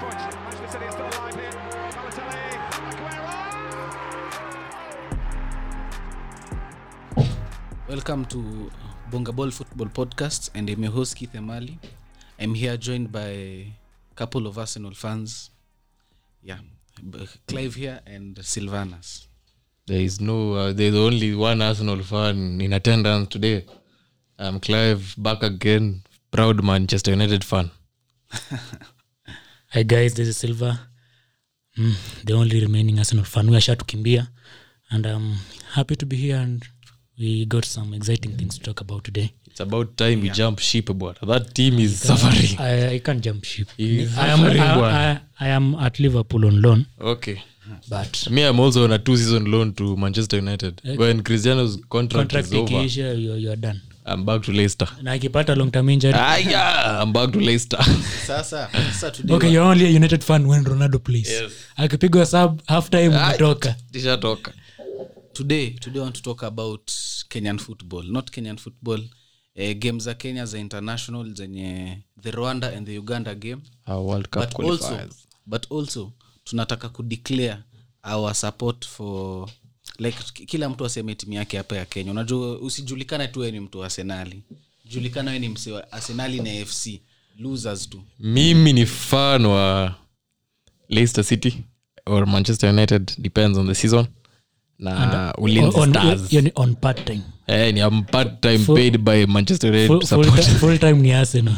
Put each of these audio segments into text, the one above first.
Balotelli is still alive here. Balotelli, Aguero! Welcome to Bonga Ball Football Podcast, and I'm your host Keith Emali. I'm here joined by a couple of Arsenal fans. Yeah, B- Clive here and Silvanas. There is no, uh, there's only one Arsenal fan in attendance today. I'm Clive back again, proud Manchester United fan. hi guys this is silver mm, the only remaining arsenal fan we are tukimbia and i'm happy to be here and we got some exciting things to talk about today It's about time we jump ship, but that team is suffering. i, I can't jump ship He's I am, suffering, I, bwana. I, I am at liverpool on loan Okay. but Me, I'm also on a two-season loan to Manchester United. When Cristiano's contract, contract is over, ikiisha you're, you're done I'm back to Leicester. na akipata long term Ah, injury Aya, I'm back to Leicester. Sasa, sasa today okay you're only a united fan when ronaldo plays akipigwa sub half time Ah, umetoka Tishatoka. today today i want to talk about kenyan football not kenyan football uh, game za kenya za international zenye the rwanda and the uganda game Our World Cup but also, qualifiers. but also tunataka kudeclare our support for like ki- kila mtu aseme timu yake hapa ya kenya unajua usijulikane tu wewe ni mtu wa arsenali julikana wewe ni mse wa arsenali na fc losers tu mimi ni fan wa leicester city or manchester united depends on the season na ulinzi Ah. on, stars yani on part time eh, ni am part time paid by manchester united full, full, support ti- full time ni arsenal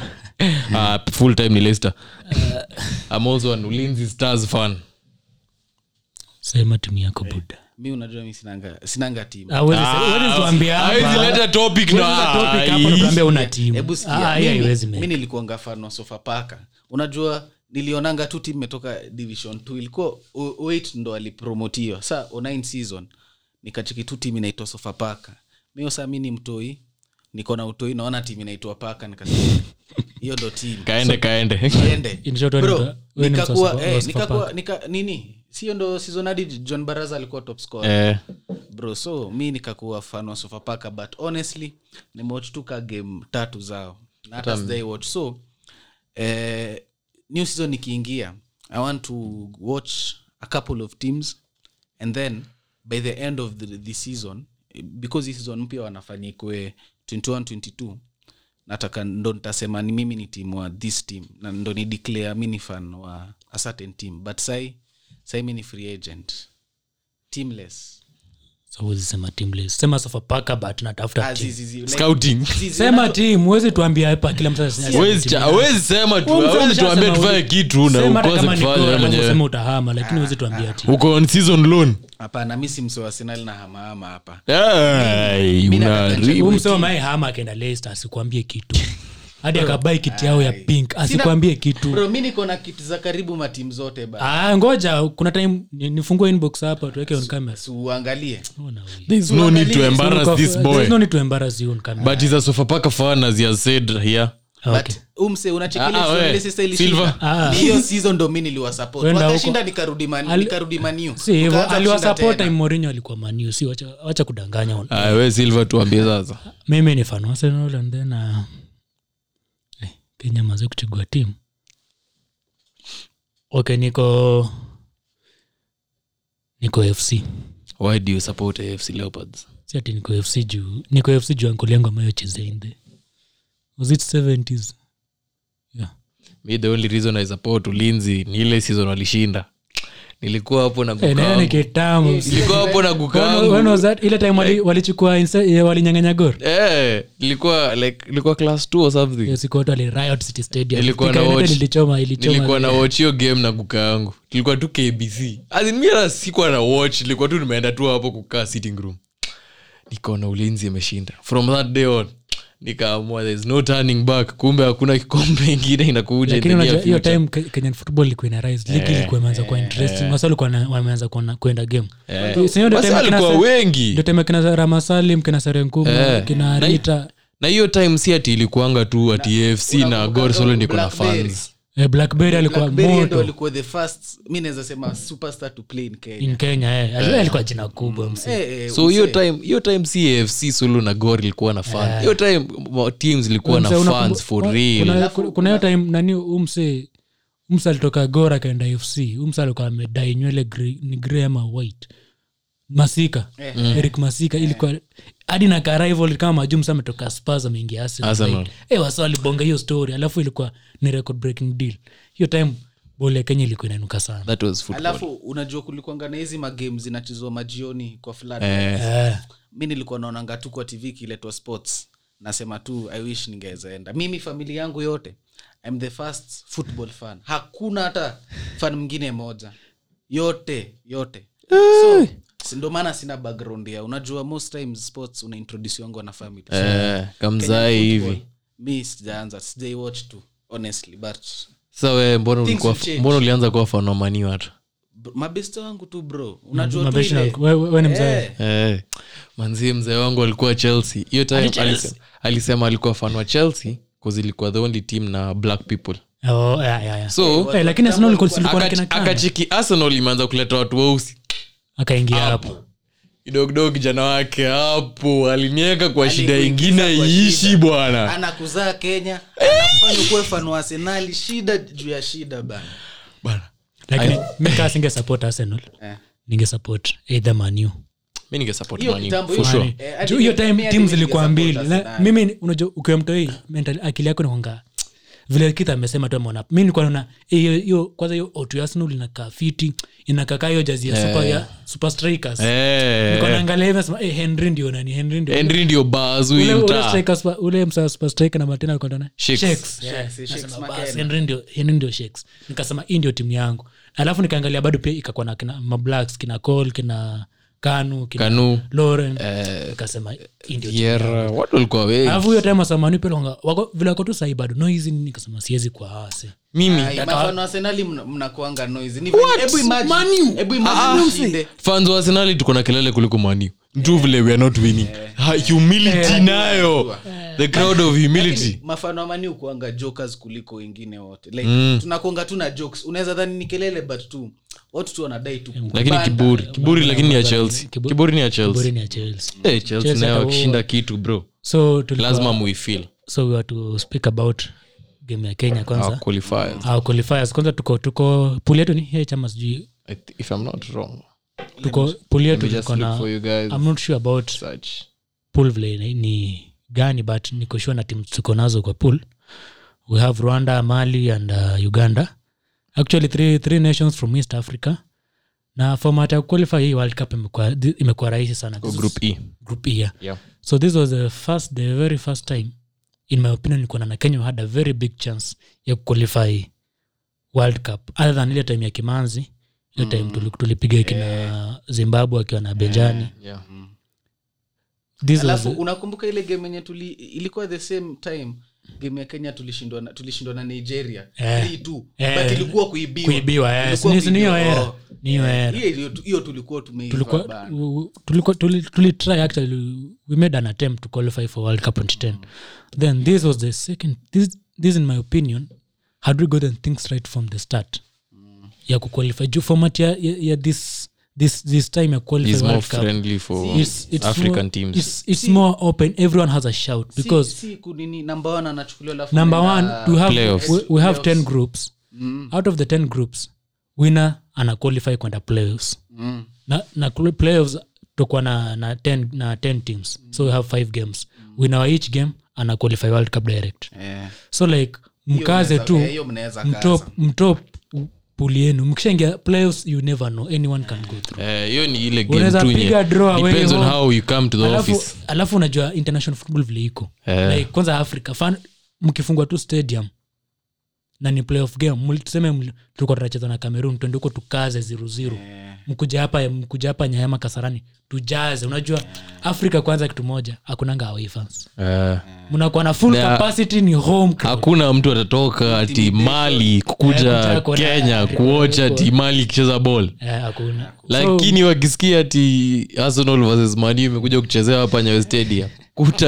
Ah, full time ni leicester Uh. i'm also an ulinzi stars fan sema timu yako buda mi unajua mi sinanga, sinanga timu Hawezi- hawezi tuambia hapa. Ah, Hawezi leta topic na- Hawezi leta topic hapa na Ai. tuambie una timu. hebu Ah, hii haiwezi mi make. nilikuanga fan wa sofapaka unajua nilionanga tu timu imetoka division t ilikuwa o- Oit ndo alipromotiwa sa o nine season nikachiki tu timu inaitwa sofapaka mio saa mi ni mtoi niko na utoi naona timu inaitwa paka nikasema hiyo ndo timu kaende kaende Ende. In short, wewe Bro, ni mto- wewe ni mtu wa nikakuwa- sofa- eh, wa sofa nikakuwa- paka. nika- nini siyo ndo season hadi john baraza alikuwa top scorer eh, bro so mi nikakuwa fan wa sofapaka but honestly nimewatch tu ka game tatu zao na hata sijai watch so eh, new season ikiingia i want to watch a couple of teams and then by the end of the, the season eh, because hi season mpya wanafanya ikwe 21 22 nataka ndo nitasema ni mimi ni team wa this team na ndo ni declare mi ni fan wa a certain team but sai sai mi ni free agent teamless So huwezi sema team list. sema sofapaka but Ah, natafuta team. scouting sema team huwezi tuambia hapa kila mtu anasema Huwezi team. cha- huwezi sema tu Huyu mtu awezi anasema tuambie tufanye huwezi- kitu na Sema hata ukose kama ni kufanya Ah, goal, wewe mwenyewe unasema utahama lakini huwezi tuambia team. uko on season loan hapana mi si msee wa arsenal na hamahama hapa Ai, nataka unari- nijaribu. Huyu msee ambaye hama akaenda Leicester asikuambie kitu hadi akabai kiti yao ya pink Sina- asikuambie kitu bro mi niko na kiti za karibu matimu zote ba Ah, ngoja kuna time ni- nifungue inbox hapa tuweke on camera siuangalie Ona huyu. There's no need to embarrass this boy. There's no need to embarrass you on camera. But he's a Sofapaka fan as he has said here. Okay. but umse Ah, ah, we. Silver. Ah. hiyo season ndo mi niliwasupport Wenda huko. wakashinda nikarudi Man- Ali- nikarudi maniu si hivyo aliwasupport time Mourinho alikuwa Man U, si wacha, wacha kudanganya on. Ah, we Silva tuambie sasa. mimi ni fan wa Arsenal and then uh, eh, Kenya maze kuchagua timu okay niko niko FC Why do you support AFC Leopards? si ati niko FC juu niko FC juu ankoli yangu ambayo chezea in the was it 70s yeah Me the only reason I support Ulinzi ni ile season walishinda. Nilikuwa hapo na Eh, guka. na hiyo ni wangu. kitamu Nilikuwa hapo na guka. When- wangu. when was that? ile time wali- walichukua inse- eh, walinyang'anya gor Eh, nilikuwa like nilikuwa class 2 or something. sikuota ali riot city stadium Nilikuwa Thika na United watch. ilichoma ilichoma Nilikuwa na watch hiyo game na guka yangu. Tulikuwa tu KBC. As in mimi hata sikuwa na watch, nilikuwa tu nimeenda tu hapo kukaa sitting room. Nikaona Ulinzi imeshinda. From that day on nikaamua there's no turning back kumbe hakuna kikombe ingine inakuja in lakini the near unajua hiyo future. Eh, time Ke- kenyan football ilikuwa ina rise ligi ilikuwa imeanza kuwa interesting wasa walikuwa na- wameanza kuona- kuenda game Si hiyo ndio Basi time akina Eh. walikuwa Sa- wengi Eh. ndio time akina ramasalim kina sarenkumu kina Na- rita na hiyo time si ati ilikuanga tu ati afc na unakumbuka gor solo Don ndiko na Blackberry. fans eh, blackberry alikuwa ndo moto alikuwa the first mi naweza sema superstar to play in kenya in kenya eh. Alikuwa- alikuwa jina kubwa msi Eh, eh, so hiyo time hiyo time si afc solo na gor ilikuwa na Eh. fan hiyo time mo- teams ilikuwa na Mse, unakumbu- fans for kuna- real kuna- kuna hiyo time nani umse umsa alitoka gor akaenda fc umsa alikuwa amedai nywele gre- ni grey ama white masika eric masika ilikuwa hadi na karaival kama majuu msa ametoka spas ameingia Arsenal, Arsenal. right? Eh, wasa walibonga hiyo story alafu ilikuwa ni record breaking deal hiyo time bol ya kenya ilikuwa inanuka sana that was football. alafu unajua kulikuanga na hizi magame zinachezwa majioni kwa fulani Eh, mi nilikuwa naonanga tu kwa tv ikiletwa sports nasema tu i wish ningewezaenda mimi familia yangu yote im the first football fan hakuna hata fan mwingine moja yote yote so si- ndo maana sina background ya unajua most times sports unaintroduce wangu na family so, Eh, kamzai hivi mi sijaanza sijai watch tu honestly but sasa wewe mbona Things ulikuwa will change. mbona ulianza kuwa fanamani watu br- mabesto wangu tu bro unajua tu mabeshi na- ile we- we- we ni mzee. Eh, Eh, manzie mzee wangu alikuwa chelsea hiyo time alise- alisema alikuwa fan wa chelsea bcause ilikuwa the only team na black people Oh, yeah, yeah, yeah. so Eh, lakini Arsenal ilikuwa- ilikuwa na akach- kina Kane. akacheki arsenal imeanza kuleta watu weusi akaingia Ah. hapo kidogodogo kijana wake hapo alinieka kwa shida Alikuingiza ingine kwa iishi shida. bwana anakuzaa kenya anafanya kuwe fan wa arsenali shida juu ya shida bana bwana lakini mi kaa singe support arsenal Eh. ninge support either manu mi ningesupport Hiyo Man U, kitambo for hiyo. sure. Eh, hadi juu hiyo mi- mi time hadi tim mi zilikuwa ningesupport mbili Na- Arsenal. mimi unajua ukiwa mtoi mental akili yako nikwanga vile kitu amesema tu ameona mi nilikuwa naona eh, hiyo hiyo kwanza hiyo otu ya arsenal inakaa fiti inakaa kaa hiyo jazi ya super, ya super strikers Eh, Nilikuwa naangalia hivi nasema eh, henry ndio nani henry ndio henry ndio Ule- bazui ule mtaa striker super- ule msa super striker namba 10 alikuwa ndani. Shakes. Shakes, yeah. Shakes, Shakes Nasema, Makena. basi, Henry ndio- Henry ndio Shakes. nikasema hii ndio timu yangu alafu nikaangalia bado pia ikakuwa na kina mablacks kina col kina kanu kina Kanu. Eh, Lauren. nikasema hii ndio timu. Yera, watu walikuwa wengi alafu hiyo time wasamani pia wanga- wako- vile wako tu sahi bado no hizi nini nikasema siwezi kwa hasi mimi Ai, mafano arsenali mna- mnakuanga noise Ni vile- hebu imagine- Ah, hebu Ah, imagine ushinde. fans wa arsenali tuko na kelele kuliko mani tu vile we are not winning Ha, humility nayo the crowd of humility mafano amani ukuanga jokers kuliko wengine wote like Mm. tunakuanga tu na jokes unaweza dhani ni kelele but tu watu tu wanadai tu lakini kubanda. kiburi kiburi lakini ni ya chelsea Kiburi- kiburi ni ya chelsea Bora ni ya Chelsea. Eh, chelsea Chelsea nayo hata wakishinda kitu bro so tulikuwa- lazima muifil so we were to speak about game ya kenya kwanza qualifiers Our qualifiers kwanza tuko tuko puli yetu ni h ama sijui I th- if i'm not wrong tuko pool yetu Let me just tuko na- look for you guys. I'm not sure about search pool vile ni- ni gani but niko sure na timu tuko nazo kwa pool we have rwanda mali and uh, uganda actually three, three nations from east africa na format ya qualify hii world cup imekuwa thi- imekuwa rahisi sana Kwa This group e is group E, yeah. yeah so this was the first the very first time in my opinion nikuona na kenya had a very big chance ya kuqualify world cup other than ile time ya kimanzi ile time Mm. tuli- tulipiga kina zimbabwe akiwa na benjani yeah this was alafu unakumbuka ile game yenye tuli ilikuwa the same time game ya kenya tulishindwa na, tulishindwa na nigeria Eh. 3-2. Eh. but ilikuwa kuibiwa Kuibiwa, eh. Ilikuwa Ni- ni hiyo kuibiwa. era. Ni hiyo Eh, era. hiyo iliyo- hiyo tulikuwa tumeiva tulikuwa bana. u- tulikuwa- tuli- tulitry actually we made an attempt to qualify for world cup 2010 then this was the second this, this in my opinion had we gotten things right from the start ya kuqualify juu format ya, ya, ya this, this, this time ya qualify he's more world cup friendly for it's, it's african more, teams it's, it's more open everyone has a shout Si- because si kunini number one anachukuliwa alafu number anaenda- one we have Playoffs. we, we have 10 groups Mm. out of the 10 groups winner ana qualify kwenda playoffs Mm. na, na kule playoffs tokuwa na, na 10 na 10 teams so we have 5 games Mm. winner wa each game ana qualify world cup direct Eh. so like Hiyo mkaze mnaweza- tu eh, hiyo mnaweza kaza. mtop mtop puli yenu mkishaingia playoffs you never know anyone can go through Eh, hiyo ni ile game Unaweza tu piga nye- draw away depends on home. how you come to the alafu, office alafu unajua international football vile iko Eh. like, kwanza africa fan mkifungwa tu stadium na ni playoff game mli- tuseme mli- tulikuwa tunacheza na cameroon twende huko tukaze ziruziro Eh. mkuja hapa mkuja hapa nyayama kasarani tujaze unajua africa kwanza kitu moja hakunanga away fans Eh. mnakuwa na full There- capacity ni home crowd. hakuna mtu atatoka ati mali kukuja Eh, kuja kenya kuona- kuocha ati mali ikicheza ball Eh, hakuna lakini wakisikia ati arsenal versus mani imekuja kuchezea hapa nyayo stadium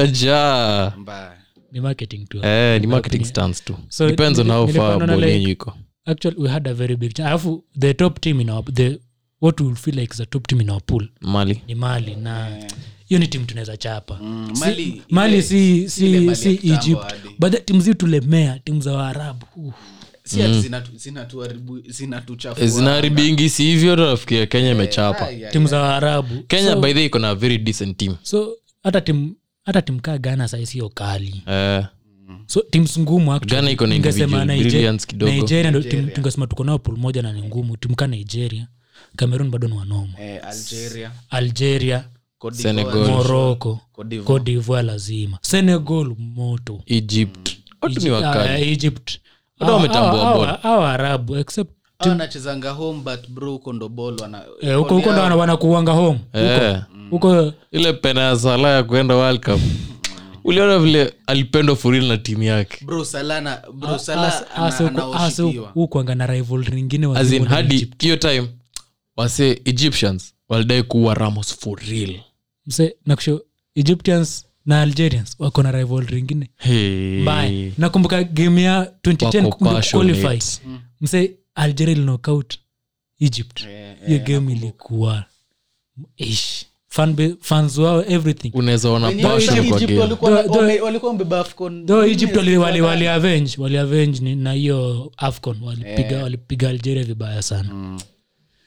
kutajaa Mbaya. ni marketing tu eh, ni marketing stunts tu So, depends on nili- how nilikuwa far naona ball like- yenyu iko actually we had a very big chance alafu the top team in our, the what we feel like is the top team in our pool mali ni mali na hiyo ni timu tunaweza chapa Eh. Mm, Si- Mali- mali ile- si, ile Mali si, ya si kitambo egypt hadi. but timu zi tulemea timu za waarabu uh, si ati zinatu- zinatuharibu- zinatuchafua. zinaharibingi Eh, si hivyo tafikia kenya imechapa Ai, ai, Eh, timu za waarabu kenya so, by the way, iko na very decent team so hata tim hata timu kaa ghana sahii sio kali Eh, so tims ngumu actually. Ghana iko na Ningesema individual Nigeria- brilliance kidogo. nigeria ndo timu- Nigeria. tungesema tuko nao pool moja na ni ngumu timu kaa nigeria cameroon bado ni wanoma eh, Algeria, algeria Cote d'Ivoire, Senegal. morocco Cote d'Ivoire. cote divoir lazima senegal moto egypt watu ni Egy- ah, wakali egypt Bado wametambua bora. awa arabu except Hawa wanachezanga home but bro huko ndo ball wana eh, huko huko ndo wana- wanakuanga home Eh, huko ile pena ya sala ya kuenda world cup uliona vile alipendwa furil na timu yake bro salana bro as- sala as- ana- ah, huko- as- anaoshikiwa huko kwanga na rivalry ingine wa As in, Zimbabwe na hadi Egypt. hiyo time wase egyptians walidai kuwa ramos for real Mse, nakusho egyptians na algerians wako na rivalry ingine Hey. mbaya nakumbuka game ya 2010 Eh. Wako kumbuka passionate. qualify Hmm. mse algeria ilinokout egypt Eh, hiyo game ilikuwa ish Fanbe- fans wao everything unaweza ona Wenyewe passion kwa Egypt game walikuwa Do- do- wame- walikuwa wamebeba AFCON. though egypt wali, wali, wali avenge wali avenge ni, na hiyo afcon walipiga Eh. walipiga algeria vibaya sana Mm.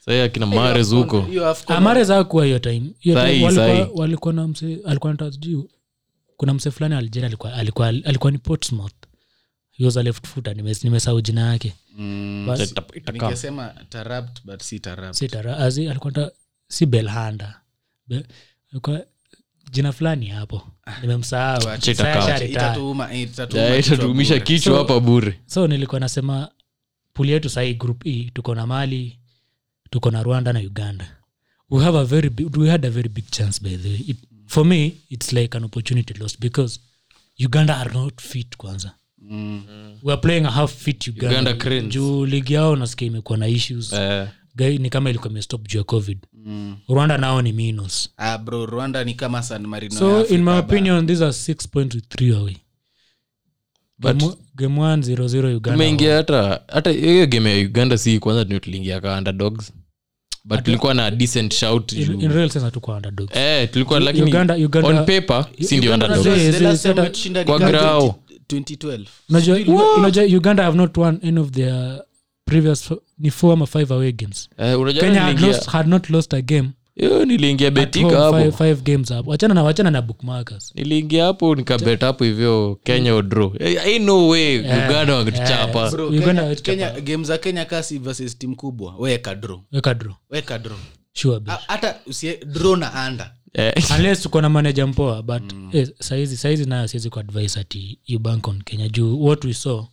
sahii akina mares huko Hiyo AFCON. amare zakuwa hiyo time hiyo Sahi, time walikuwa, sahi. walikuwa na mse alikuwa na tajuu kuna mse fulani algeria alikuwa, alikuwa, alikuwa ni portsmouth he was a left footer nimes- nimesahau jina yake But- Mm. Ningesema tarabt but si tarabt. si Tara- azi- alikuwa ta- si belhanda Be- alikuwa jina fulani hapo Ah. nimemsahau Acha Sasa itakaa. shari taa. Itatuuma- eh, itatuuma Mm. Ja, kichwa itatumisha bure. kichwa So- hapa bure so nilikuwa nasema puli yetu sahii group e tuko na mali tuko na rwanda na uganda we, have a very big, we had a very big chance by the way it, for me it's like an opportunity lost because uganda are not fit kwanza mm. weare playing a half fit uganda, Uganda Cranes. juu ligi yao nasikia imekuwa na issues Eh, Gai- ni kama ilikuwa imestop juu ya covid Mm. rwanda nao ni minos Ah, bro rwanda ni kama san marino ya so Afrika, in my ba. opinion these are six points with three away But- game, game one zero zero uganda tumeingia hata hata hiyo game ya uganda si kwanza ndio tuliingia ka underdogs but tulikuwa na decent shout in, juu- in real sense hatukuwa underdog eh tulikuwa lakini Uganda- Uganda- on paper si ndio Uganda underdogs zee- The last zee- time zee- tumeshinda ni kwa kama grao. 20- 2012 unajua unajua uganda have not won any of their previous f- ni four ama five away games eh unajua kenya had, niliingia- lost, had not lost a game Yo, niliingia at home betika five, hapo five games up wachana na wachana na bookmakers niliingia hapo nikabet hapo hivyo kenya Eh, odro no way uganda wangetuchapa Bro, Uganda Kenya- wetu Kenya- game za kenya kasi versus tim kubwa weka draw weka draw weka draw sure be Ah, hata usie draw na anda Eh, Ah. unless tuko na manager mpoa but mm. eh, saizi saizi nayo siwezi kuadvise ati you bank on kenya juu what we saw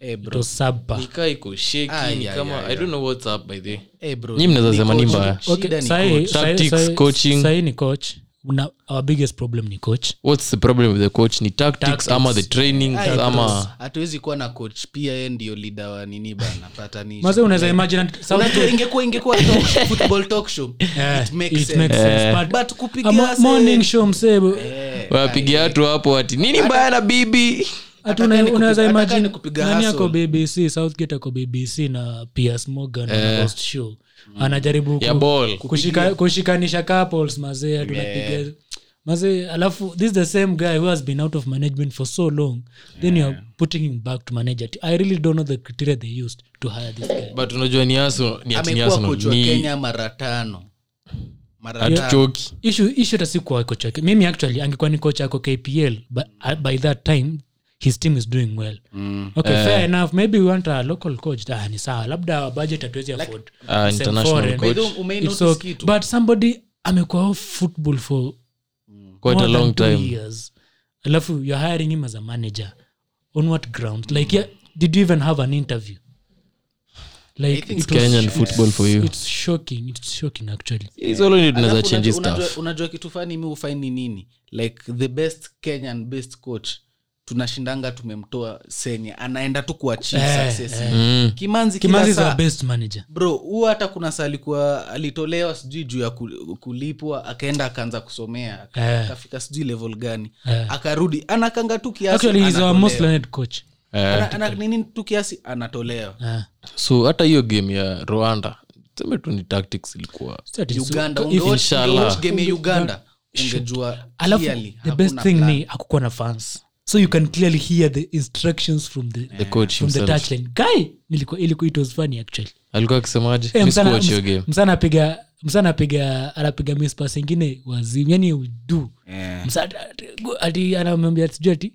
eh, it bro. was subpar nikaa iko shaky, Ah, ni yeah, kama- yeah, I don't know what's up by the way. Eh, bro, Nyi mnaweza ni sema ni coach, mbaya. shida Okay, ni sahi- coach. sahi- Tactics, sahi- coaching. sahi ni coach na our biggest problem ni coach what's the problem with the coach ni tactics, Tactics. ama the training Ai, Eh, bro, ama hatuwezi kuwa na coach pia yeye ndio lida wa nini bana patanisha maze unaweza imagine ati- Unajua ingekuwa ingekuwa talk show, football talk show Eh, it makes it sense. makes sense, but- but A mo- kupigia se- morning show msee Eh, wapigia watu hapo ati nini mbaya na bibi hati Hata kani unaweza kupiga- hata imagine kani kupiga nani ako hustle. bbc southgate ako bbc na ps morgan eh. host show anajaribu ku- Ya ball. kushika, kushikanisha couples mazee tunapiga mazee alafu this is the same guy who has been out of management for so long then you are putting him back to manager i really don't know the criteria they used to hire this guy but unajua ni Arsenal- ni ati ni amekuwa Arsenal, coach wa ni kenya mara tano mara tano hatuchoki issue issue tasikuwa kocha wake mimi actually angekuwa ni kocha ako kpl but uh, by that time his team is doing well mm. okay Eh. uh, fair enough maybe we want a local coach ah, ni sawa labda our budget hatuwezi afford Ah, Send international foreign. coach. By the way, umei It's notice okay. kitu? but somebody amekuwa off football for quite more a than long two time years alafu you're hiring him as a manager on what grounds like yeah, did you even have an interview like think it was, kenyan football for you it's shocking it's shocking actually It's only tunaweza Alafu change unajua- stuff unajua- unajua kitu fani mi ufaini nini like the best kenyan best coach tunashindanga tumemtoa senya anaenda tu kuachieve Eh, success eh. Mm. kimanzi kila kimanzi is saa- our best manager bro huwa hata kuna saa alikuwa alitolewa sijui juu ya ku- kulipwa akaenda akaanza kusomea aka- Eh. akafika sijui level gani Eh. akarudi anakanga tu kiasi actually he's our anatolewa. most learned coach Eh, Ana- ana- nini tu kiasi anatolewa Ah, so hata hiyo game ya rwanda seme tu ni tactics ilikuwa so that is- uganda if- ungewatch- Inshallah. ungewatch game ya uganda ungejua alafu clearly the best hakuna thing plan. ni akukuwa na fans so you can clearly hear the instructions from the, the coach from the himself. touchline guy nilikuwa ilikuwa it was funny actually alikuwa akisemaje Eh, Mi msana- sikuwatch hiyo ms- game msana apiga msana apiga anapiga mispas ingine wazimu yani udu Eh. Msana ati- ati anamwambia sijui ati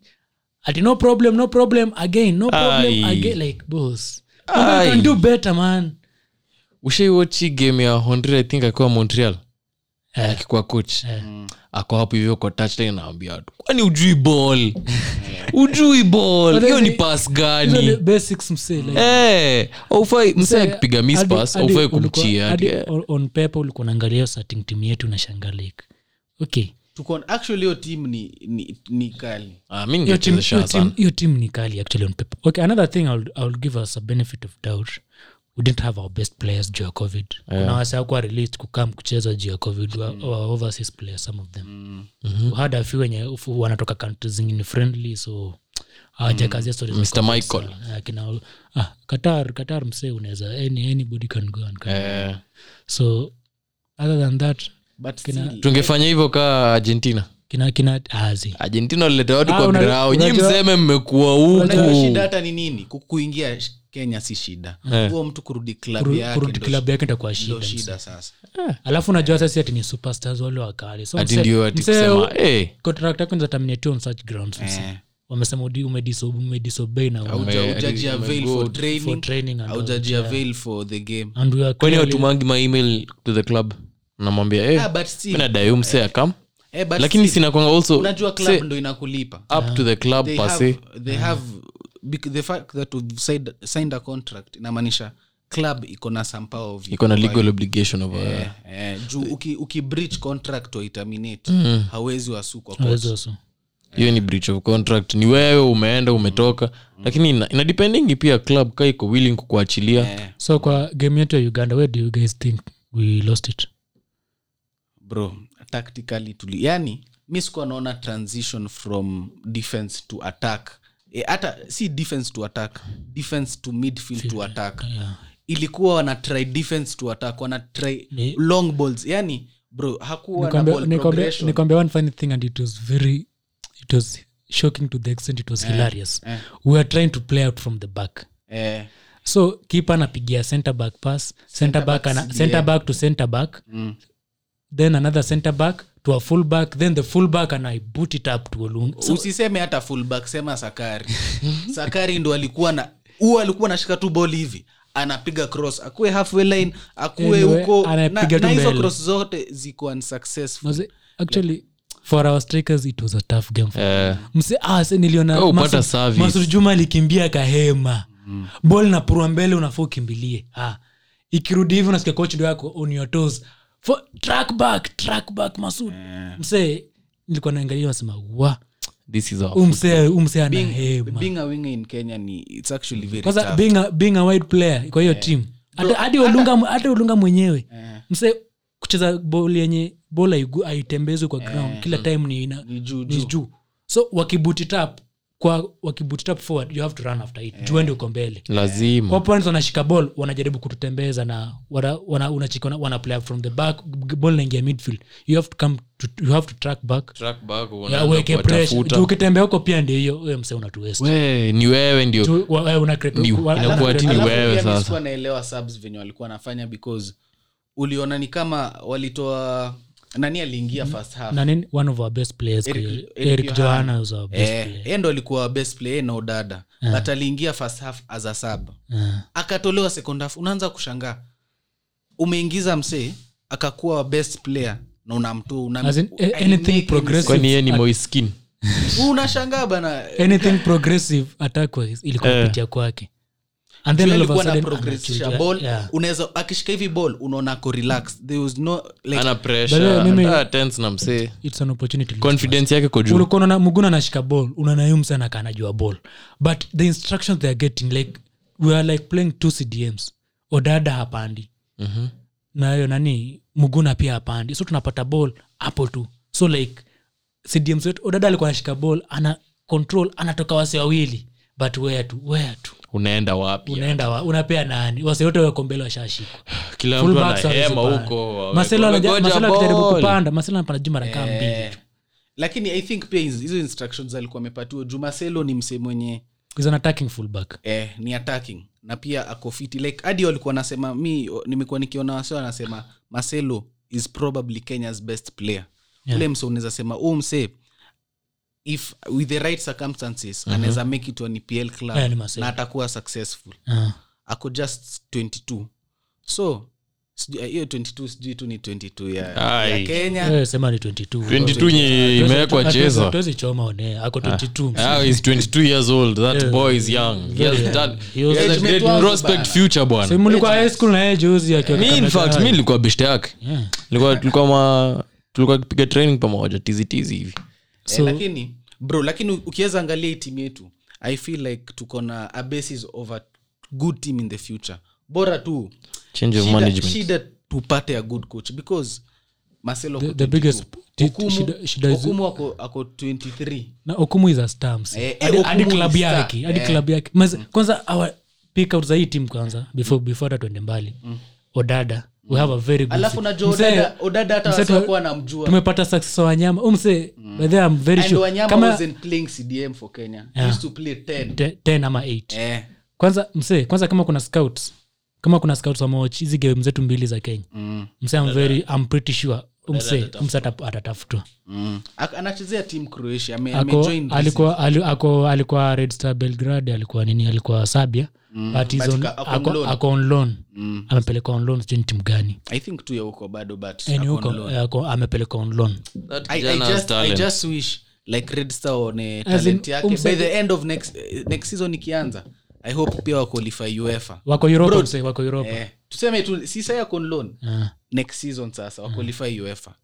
ati no problem no problem again no Ai. problem again like boss Mambo you Ai. can do better man ushaiwachi game ya honduras i think akiwa montreal Eh. akikuwa coach Mm. ako hapo hivyo kwa touchline naambia watu kwani ujui ball ujui ball But hiyo ni hizi- pas Hizo ni gani basics msee like Eh, aufai msee Msee, akipiga hadi- mispas hadi aufai ulikuwa- kumchia hadi hadi, eh. on- on paper ulikuwa unaangalia hiyo starting team yetu unashangalika okay tuko actually hiyo team ni, ni, ni kali Ah, mi Hiyo team- hiyo ningechezesha team- sana hiyo team ni kali actually on paper okay another thing I'll, I'll give us a benefit of doubt we didn't have our best players juu ya covid kuna waseakuwa released kukam kucheza juu ya covid wa, wa overseas players some of them mm-hmm. had a few wenye ufu- wanatoka countries zingine friendly so hawajakazia stories za Mr. COVID Michael. sana. Ah, kina- ah, qatar qatar msee unaweza any, anybody can go and come. Eh, so other than that but still, tungefanya hivyo kaa argentina kina kina ah, azi argentina walileta watu Ah, kwa una- birao nyi unajua- mseme mmekuwa unajua huku shida hata ni nini Ku- kuingia sh- kenya si shida Eh. huo mtu kurudi klabu Kuru- yake kurudi ndo klabu yake itakuwa shi- shida ndo msee. shida sasa Eh. alafu najua sasi ati ni superstars wale wakali so ati mse- ndio ati mse- kusema eh, contract yako nizataminate on such grounds mse. Eh. wamesema udi- umediso- umedisobey na Au- wa- Uja- Ume- ujaji ume- avail go for for for training training and all. aujaji avail for the game And we are kwani clearly- watumangi maemail to the club namwambia eh, Ah, but still- mi nadai umsee akam Eh, but lakini still, sinakwanga also unajua say, club ndo inakulipa up to the club they per have, se they have bec- the fact that we've signed, signed a contract inamaanisha club iko na some power of iko na legal obligation of eh, eh, eh, juu uki, uki breach contract waitaminate hawezi wasukwa Uwezo so. hiyo ni breach of contract ni wewe umeenda umetoka lakini ina, ina dependingi pia club ka iko willing kukuachilia so kwa game yetu ya uganda where do you guys think we lost it bro tactically tuli yani mi sikuwa naona transition from defense to attack Eh, hata si defense to attack defense to midfield to attack ilikuwa wana try defense to attack wana try Ni- long balls yani bro hakuwa na ball progression. nikwambia one funny thing and it was very it was shocking to the extent it was hilarious we were trying to play out from the back eh, so keeper anapigia center back pass center back, ana, CDM. center back to center back Mm. then another center back to a full back then the full back and i boot it up to a lung so, usiseme hata fullback sema sakari sakari ndo alikuwa na huo alikuwa anashika tu ball hivi anapiga cross akuwe halfway line akuwe Anyway, huko na, anapiga tu na hizo mbele. cross zote ziko unsuccessful Maze- actually for our strikers it was a tough game for eh, mse ah, se niliona Kama upata Masud- service. Masud juma alikimbia kahema mm. bol na purwa mbele unafaa ukimbilie ah. ikirudi hivi unasikia coach ndio yako on your toes For, track back track back masud mse nilikuwa naangalia nasema wa this is our umse umse ana being, hema being a winger in kenya ni it's actually very kwanza tough. being a, being a wide player kwa hiyo team Hata- hadi olunga hata olunga mwenyewe mse kucheza bol yenye bol haigu- haitembezwi kwa ground kila time ni ina, Ni juu, ni juu so wakiboot it up kwa wakiboot it up forward you have to run after it yeah. juende uko mbele lazima opponents wanashika ball wanajaribu kututembeza na wana, wana, unachika, wana, wana play up from the back g- ball naingia midfield you have to come to, you have to track back Track back, unaanza Ya, weke pressure kuwatafuta. Juu ukitembea huko pia ndio hiyo wewe mse unatuwest we ni wewe ndio Juu, wa- wewe una crepe- Ni- wa- inakuwa una ati crepe- ni Alafu wewe pia mi sasa. sikuwa naelewa subs venye walikuwa wanafanya because uliona ni kama walitoa nani aliingia first half na nini one of our best players Eric- kwa hiyo, Eric eric Johanna. johanna was our best Eh, player yeye ndo alikuwa best player na udada but aliingia first half as a sub Ah. akatolewa second half unaanza kushangaa umeingiza msee akakuwa best player na unamtoa una- As in, a- I anything make any progressive. sense. kwani yeye ni moiskin unashangaa bana anything progressive attack wise ilikuwa Eh. kupitia kwake and then Yeye all of a alikuwa na sudden progressisha anachujua- ball yeah. unaweza akishika hivi ball unaona ako relax there was no like, ana Bale, mimi- pressure tense na msee It's an opportunity lost. confidence yake ko juu ulikuwa unaona mguna anashika ball unaona yeye msana kanajua ball but the instructions they are getting like we are like playing two cdms odada hapandi Mm-hmm. na hiyo nani mguna pia hapandi so tunapata ball hapo tu so like cdms wetu odada alikuwa anashika ball ana control anatoka wase wawili but where tu where tu unaenda wapi unaenda wa, unapea nani wase wote wako mbele washashika kila mtu Fullbacks hawawezi anahema kupanda. huko Marcelo anaja- Wamegoja Marcelo akijaribu ball. kupanda Marcelo anapanda juu mara kaa mbili eh, tu lakini i think pia hizo instructions alikuwa amepatiwa jumaselo ni mse mwenye He's an attacking fullback. eh, ni attacking na pia ako fiti like hadi walikuwa nasema mi o- nimekuwa nikiona wasio anasema marcelo is probably kenya's best player Yeah. yeah. ule mse unaweza sema huu mse if with the right circumstances mm-hmm. anaweza make it an pl club Mhm. Yeah, ni Marcelo. na atakuwa successful Ah. ako just 22 so sijui- hiyo 22 sijui tu ni 22 ya, Ai. ya kenya Eh, sema ni 22. 22 nye imewekwa Hatuwezi- cheza hatuwezi choma on air. Ako 22 msi. Ah, he's 22 years old. That boy is young. He has Yeah. done. He He was- has a great Tumetuanza prospect bana. future bwana. So, mlikuwa high school na yeye juzi akiwa Mi, in kama- fact, mi nilikuwa beshte yake. Yeah. Nilikuwa- tulikuwa ma- tulikuwa tukipiga training pamoja tizitizi hivi so, eh, lakini bro lakini ukiweza angalia hii timu yetu i feel like tuko na a basis of a good team in the future bora tu change of shida, management shida tupate a good coach because Marcelo The- ako the 22. biggest t- Okumu- shida- shida is- Okumu ako ako 23 na okumu is a star msi. Eh, eh, Hadi- hadi Okumu club is star. yake hadi Eh. club yake Mas- kwanza our pick out za hii team kwanza before before hata tuende mbali odada we have a very good Mm. alafu team. najua Mzee, odada odada hata mzee, wasiokuwa namjua tumepata success wa wanyama umse by the way, I'm very Mm. and sure wanyama kama wasn't playing cdm for kenya He Yeah. used to play 10 te- 10 ama 8 eh kwanza mse kwanza kama kuna scouts kama kuna scouts wamewatch hizi game zetu mbili za kenya mm. mse I'm very I'm pretty sure umse umse ata- atatafutwa Mm. Ak- anachezea team croatia ame, Ako- amejoin alikuwa ali- ako- alikuwa red star belgrade alikuwa nini alikuwa sabia but he's Mm. but on- ka- ako on ako- loan. ako on loan Mm. amepelekwa on loan sijui ni timu gani i think tu ya huko bado but Eh, ni ako on huko, loan. eh, ako- amepelekwa on loan That I, I, kijana has just, I talent. just wish like red star one eh, As in, talent yake by umse- the end of next, eh, next season ikianza i hope pia waqualify uefa wako europa Bro, mse, wako europa eh, tuseme tu si saa yako loan Ah. next season sasa waqualify uefa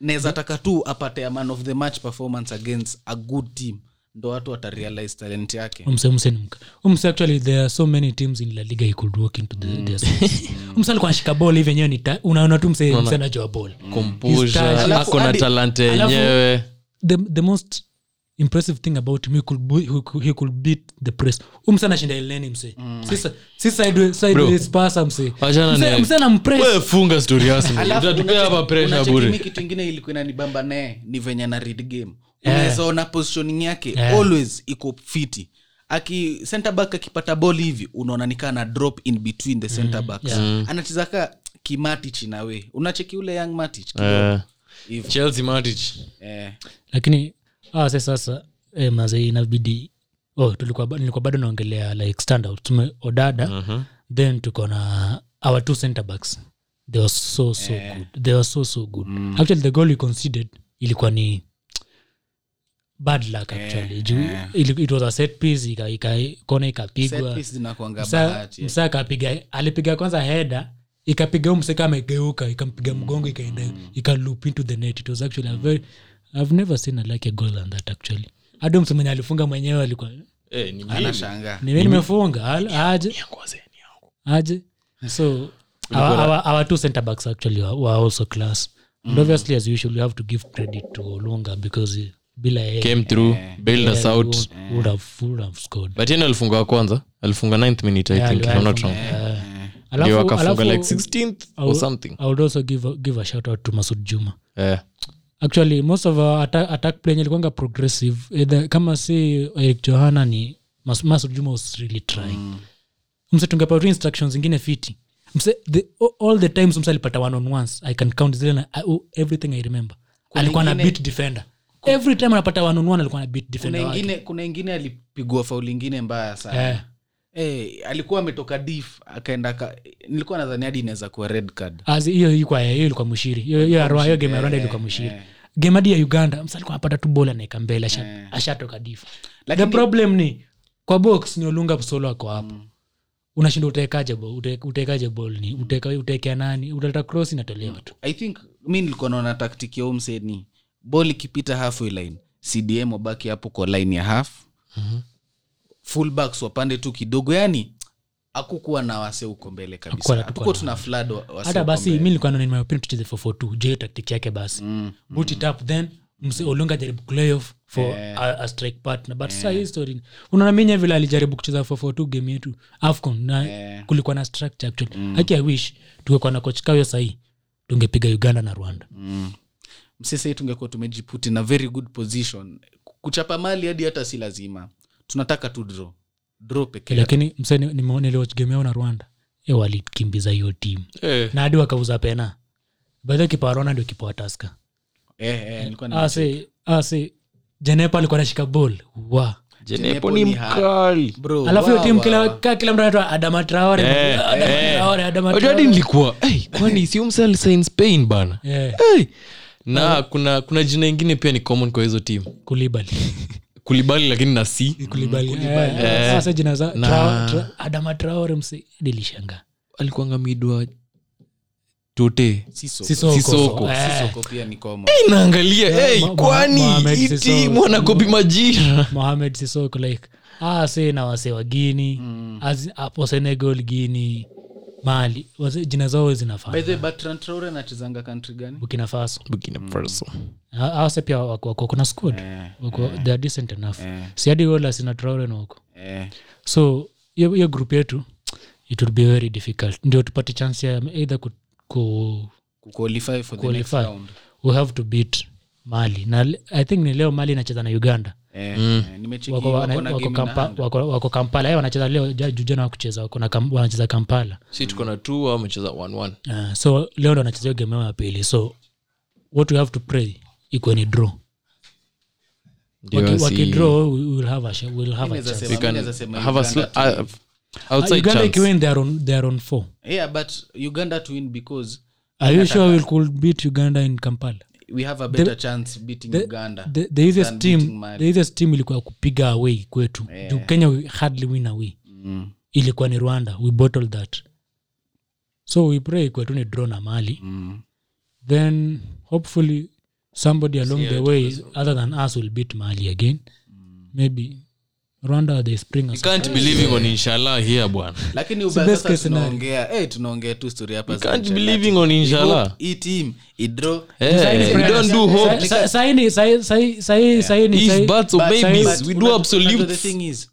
naweza taka tu apate a man of the match performance against a good team ndo watu watarealize talent yake umse umse ni mka- umse actually there are so many teams in la liga he could walk into the, Mm. their space. umse alikuwa anashika ball hivi yenyewe ni ta- unaona tu mse mse anajua ball Mm. Composure, He's touched- ako na Alafu- talanta alafu- yenyewe the, the most impressive thing about him he could, bo- he could, he could beat the press umse anashinda eleni mse Sisa- si sideways- sideways pasa mse Achana na Mse- yeye. mse anampress. We, funga story yako. Alafu Utatupea hapa unacheki- pressure unacheki mi bure kitu ingine ilikuwa inanibamba naye ni venye na read game Yeah. unaweza ona positioning yake Yeah. always iko fiti aki center back akipata ball hivi unaona nikaa na drop in between the center Mm, backs anacheza ka kimatich nawe unacheki ule young matich Eh, Hivi. Chelsea Matic. eh. lakini ah, se sasa eh, mazee inabidi oh, tulikuwa ba- nilikuwa bado naongelea like standout tume odada then tuko na our two center backs they were so so Eh. good they were so so good Mm. actually the goal we conceded ilikuwa ni bad luck Eh, actually Juu, ili- it was a set piece ika, ika, kona Set ikapigwa piece zinakuanga msa bahati eh. msa akapiga alipiga kwanza heda ikapiga huyu mseka amegeuka ikampiga mgongo ikaenda ika loop into the net it was actually a very i've never seen a like a goal than that actually hadi mse mwenye alifunga mwenyewe alikuwa ni Eh, ni mimi. anashangaa mimi nimefunga al- aje aje so our, our, our two center backs actually were, were also class and obviously as usual we have to give credit to olunga because eh, bila yeye Came through, bailed us we out. would- would have would have scored But yeye ndo alifunga wa kwanza alifunga 9th minute i Yeah, think if I'm not wrong alifunga, eh. Ndio Alafu- akafunga alafu- like 16th I or would- something I would also give a, give a shout out to Masud Juma. Eh. Actually, most of our attack, attack play ilikuwanga progressive. Either, kama si Eric Johana ni Mas, Masud Juma was really trying. Mm. Mse tungepata instructions zingine fiti. Mse the, all- all the times mse alipata one on ones. I can count zile na I, oh, everything I remember. alikuwa na ingine- beat defender. Every time anapata one on one alikuwa na beat kuna defender. wake. ingine kuna ingine alipigwa faul ingine mbaya sana Eh. Eh, alikuwa ametoka dif akaenda ka, nilikuwa nadhani hadi inaweza kuwa red card Eh, As- hiyo ilikuwa hiyo ilikuwa mshiri hiyo hiyo ya Rwanda- hiyo game ya Rwanda ilikuwa mshiri game hadi ya Uganda msa alikuwa anapata tu bola naeka mbele asha- ashatoka difu the Mm. Lakini- problem ni kwa box ni olunga solo ako hapo Mm. unashinda utekaje ball ute- utekaje ball ni uteka utekea nani utaleta cross inatolewa tu i think mi nilikuwa naona taktiki ya huu msee ni bol ikipita halfway line cdm wabaki hapo kwa line ya half Mhm. fullbacks wapande tu kidogo yani akukuwa na wase uko mbele Hakukuwa na- kabisa tuko tuna flood wa- wase hata huko basi mbele. Mm. mi nilikuwa naona in my opinion tucheze 442 jeu tactic yake basi boot it up then mse olunga jaribu playoff for a, a strike partner but yeah. hii story unaona minye vile alijaribu kucheza 442 game yetu afcon na eh, kulikuwa na structure actually mm. i wish tungekuwa na coach kayo sahii tungepiga uganda na rwanda msisei tungekuwa tumejiputi na very good position kuchapa mali hadi hata si lazima tunataka tu draw draw peke yake. lakini mse nimeoneliwach game yao na rwanda e walikimbiza hiyo timu Eh, na hadi wakauza pena baadhi kipa rona ndio kipa wataska Eh, eh, nilikuwa Ah, na- ase ase jenepa alikuwa anashika bol wa jenepo ni mkali Bro, alafu hiyo wa- timu wa- kila ka kila mtu anaitwa adamatraore Eh, adamatraore Wajua hadi adamatraore nilikuwa "Hey, kwani si umsel sign spain bana Eh, Hey! na kuna kuna jina ingine pia ni common kwa hizo timu kulibali kulibali lakini na c kulibali Eh, sasa jina za Na- Traore- Tra- adama traore msi dilishanga alikuwanga midwa tote Sisoko. Sisoko. Sisoko. Eh, Sisoko pia ni komo inaangalia hey, Ma- Ma- kwani Mohamed hii Sissoco. timu anakopi majira mohamed sisoko like ase na wase wa guini hapo senegal guini mali wase, jina zao By the zinafaa way, Bertrand Traore anachezanga country gani bukina faso Burkina Faso. Ha- hawase pia wako wako kuna squad Eh. wako they are decent enough si hadi wala sina traore na huko eh, so hiyo hiyo group yetu it will be very difficult ndio tupate chance ya either ku, ku kuqualify for the next Qualify. round we have to beat mali na le- i think ni leo mali inacheza na uganda eh, eh, nimecheki Mm. wako, wako wana, na wako, game na kampa, hand. wako, wako kampala Eh, wanacheza leo ja- ju- jana wakucheza wako na kam, wanacheza kampala si tuko na t au amecheza 11 uh, so leo ndo wanacheza hiyo game yao ya pili so what we have to pray ikuwe ni draw Waki- wakidraw we will have a, sha- we will have a Inaweza chance sema- inaweza sema Uganda tu- Uh, uganda ikiwin they are on, they are on four yeah but uganda to win because are you sure we could beat uganda in kampala we have a better chance beating uganda the, the easiest than team beating Mali. the easiest team ilikuwa kupiga away kwetu yeah. juu kenya we hardly win away Mm. ilikuwa ni rwanda we bottled that so we pray kwetu ni draw na mali Mm. then hopefully somebody along the way other than us will beat mali again Mm. maybe rwanda they spring us can't believing on inshallah here bwana lakini best ubaya sasa case scenario. tunaongea eh, tunaongea tu story hapa za can't Ancelotti. believing on inshallah hii team idraw Eh, we don't do hope Sa- sa- saini sai- sai- sai- saini sai- if buts or But- maybes but we una- do unajua the absolutes thing is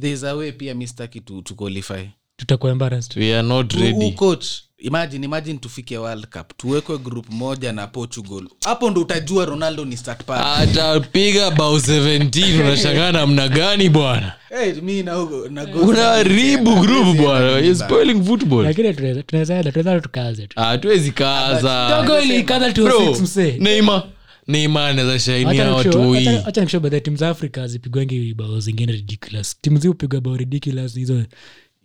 there's a way pia mistaki to, to qualify tutakuwa embarrassed we are not Huu ready coach imagine imagine tufike world cup tuwekwe group moja na portugal hapo ndo utajua ronaldo ni start Ah. pa atapiga bao 17 unashangaa namna gani bwana hey, mi na hugo- na goal- unaharibu group bwana You're spoiling football lakini tunaweza- tunaweza tunaweza tukaze tu Ah, hatuwezi kaza Togo ilikata tu Ah. Bro, six msee. Neymar. Neymar anaweza shainia Acha watu nikushow- hii. acha- acha nikushow by the way, timu za afrika zipigwangi bao zingine ridiculous timu zi upigwa bao ridiculous hizo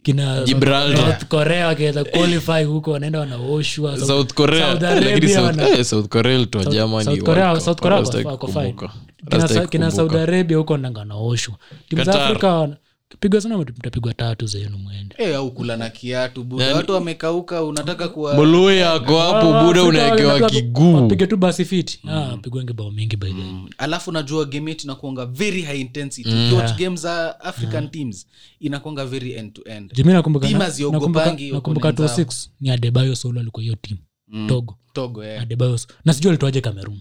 kina Gibraltar. North Korea wakiweza qualify huko wanaenda wanaoshwa South Korea, Saudi eh, lakini Arabia South- wana- eh, South Korea ilitoa Germany South World Korea- Cup. South Korea Hata wako- sitaki wako fine. kukumbuka. Hata Kina sitaki Sa- kina kukumbuka. saudi arabia huko nanga wanaoshwa timu za Qatar. afrika pigwa sana mtapigwa tatu zenu mwende Eh, au kula na kiatu buda Yaani- watu wamekauka unataka kuwa Boloe yako Ah, hapo buda unawekewa kiguu wapige tu basi fiti Ah, pigwangi bao mingi by the way. Mm. alafu najua game yetu inakuanga very high intensity mm. watch game za african teams inakuanga very end to end Jimmy nakumbuka- Timu na- haziogopangi nakumbuka- opponent nakumbuka tu zao. 06 ni adebayo solo alikuwa hiyo timu Mm. togo togo eh. adebayo Solo. na sijui alitoaje cameroon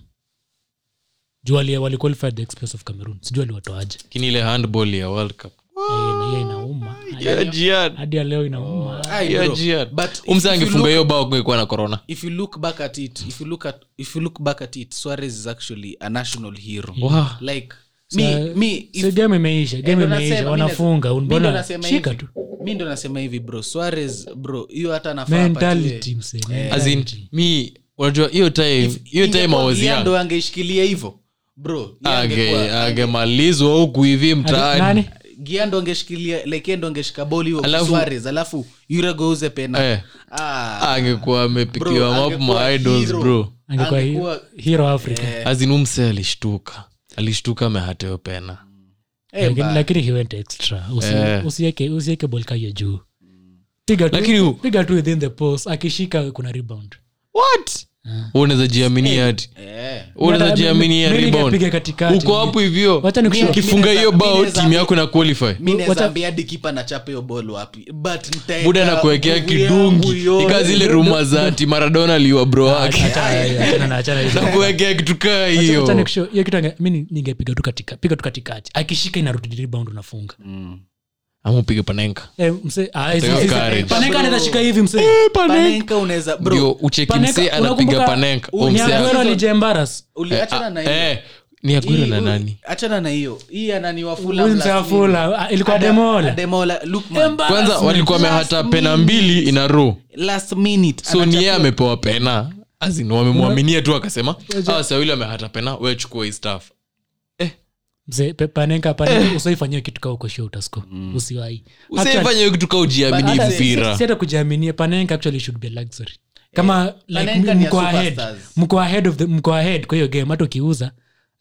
juu wali- waliqualify at the expense of cameroon sijui aliwatoaje lakini ile handball ya world cup Na hiyo inauma Ya jihad. hadi ya leo inauma Ai, Ya bro. jihad. But if- Huyu mzee if you angefunga look- hiyo bao kungekuwa na corona if you look back at it if you look at if you look back at it suarez is actually a national hero Wow. like me me if- si game imeisha game Ndio nasema, imeisha mi wanafunga nasa- mi ndio mbona nasema shika hivi. tu mi ndo nasema hivi bro suarez bro hiyo hata anafaa mentality apatiwe- mse As in, mentality. mi unajua hiyo time hiyo time I Ingekuwa was yeye young Ah, ndo angeishikilia hivyo bro yeye Ange- angekuwa- angemalizwa huku hivi Ati- mtaani nani Eh. gia ndo angeshikilia like yeye ndo angeshika boli hiyo Alafu- suarez alafu yuragouze pena Eh, ah, angekuwa amepikiwa Bro, mapu angekuwa maidols hero. bro angekuwa angekuwa- Eh. hero- hero africa azinumse alishtuka alishtuka amehateyo pena Hmm. eh, Lakini- ba- lakini he went extra Usi- Eh. usiweke usiweke bolkayo juu piga tu- Lakini u- piga tu within the post akishika kuna rebound what unaweza jiamini hadi eh. unaweza Mimi- jiamini ya mimi rebound ningepiga katikati. uko hapo hivyo Wacha nikushow. ukifunga Mimi- hiyo mimi bao naweza- timu yako na qualify mi Wacha- naweza ambia hadi kipa na chapa hiyo bol wapi but nitaeka buda na kuwekea nguvu yangu kidungi yote. ika zile ruma za ati maradona aliwa bro wake Achana- achana na- achana na- na kuwekea kitukaa Ah, Wacha hiyo Mm. nikushow. Hiyo kitu ange- mi ni- ningepiga tu katika piga tu katikati akishika inarudi rebound unafunga ama upige panenka Eh, mse- ah, hizi- Nataka hizi- courage. Panenka anaweza shika hivi mse Eh, panenka unaweza bro, ndio ucheki Panenka, msee anapiga unakumbuka- panenka Oh, u- au ni msee ana- Aguero alijiembarrass. uliachana na hiyo. Eh, ni agwero Hii- na huyu- nani achana na hiyo hii anani wafula Huyu mse wa Fulham. Ah, ilikuwa Ademola. Embarrassment. kwanza walikuwa wamehata Last pena minute. mbili ina row last minute so ni yeye amepewa pena azin wamemwaminia tu akasema "Ah, awa sawili wamehata pena wechukua hii staff Mse, pe- Panenka, Panenka, usiwaifanyie kitu kaa uko sure utascore. Usiwahi. Actually, usifanya kitu ka ujiamini hata- mpira si- si hata kujiaminia panenka actually should be a luxury kama like Panenka ni ya mko ahead superstars. mko ahead of the mko ahead kwa hiyo game hata ukiuza